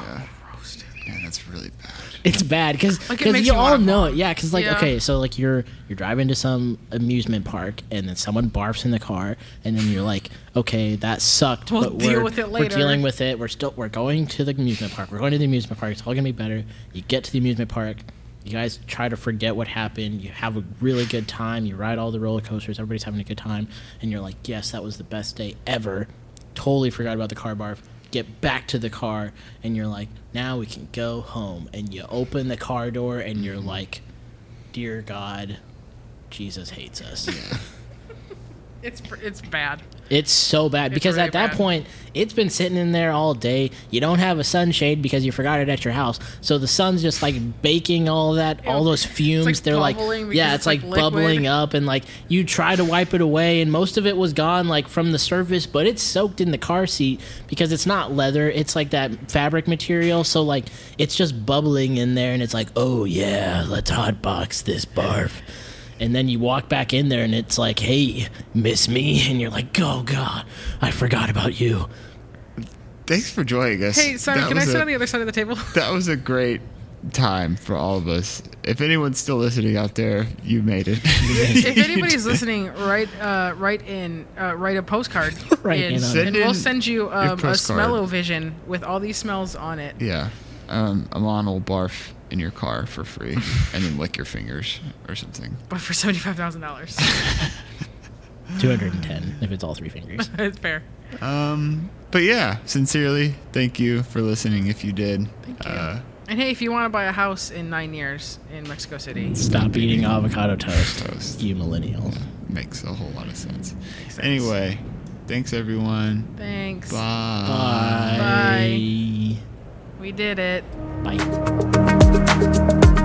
Man, that's really bad. It's bad because Like, it makes you you wanna all know vomit. it. Yeah, because like Yeah. okay, so like you're you're driving to some amusement park and then someone barfs in the car and then you're like, okay, that sucked. We'll but deal we're, with it We're later." dealing with it. We're still we're going to the amusement park. We're going to the amusement park. It's all gonna be better. You get to the amusement park. You guys try to forget what happened. You have a really good time. You ride all the roller coasters. Everybody's having a good time, and you're like, yes, that was the best day ever. Totally forgot about the car barf. Get back to the car, and you're like, now we can go home. And you open the car door, and you're like, dear God, Jesus hates us. It's pr- it's bad. It's so bad It's because really at that bad. point, it's been sitting in there all day. You don't have a sunshade because you forgot it at your house. So the sun's just like baking all that, all those fumes. They're like, bubbling because yeah, it's, it's like, like, liquid. bubbling up, and like you try to wipe it away, and most of it was gone like from the surface, but it's soaked in the car seat because it's not leather. It's like that fabric material. So like it's just bubbling in there, and it's like, oh yeah, let's hot box this barf. And then you walk back in there and it's like, hey, miss me? And you're like, oh, God, I forgot about you. Thanks for joining us. Hey, sorry. That Can I was sit a- on the other side of the table? That was a great time for all of us. If anyone's still listening out there, you made it. if anybody's listening, write uh, write in uh, write a postcard. Write in on it. and we'll Send send you um, a postcard. smell-o-vision with all these smells on it. Yeah. Um, Amon will barf in your car for free and then lick your fingers or something. But for seventy-five thousand dollars, 210 if it's all three fingers. it's fair. Um, but yeah, sincerely, thank you for listening if you did. Thank you. Uh, and hey, if you want to buy a house in nine years in Mexico City, Mm. Stop eating avocado toast, Toast. you millennials. makes a whole lot of sense. Anyway, thanks everyone. Thanks. Bye. Bye. We did it. Bye. Bye.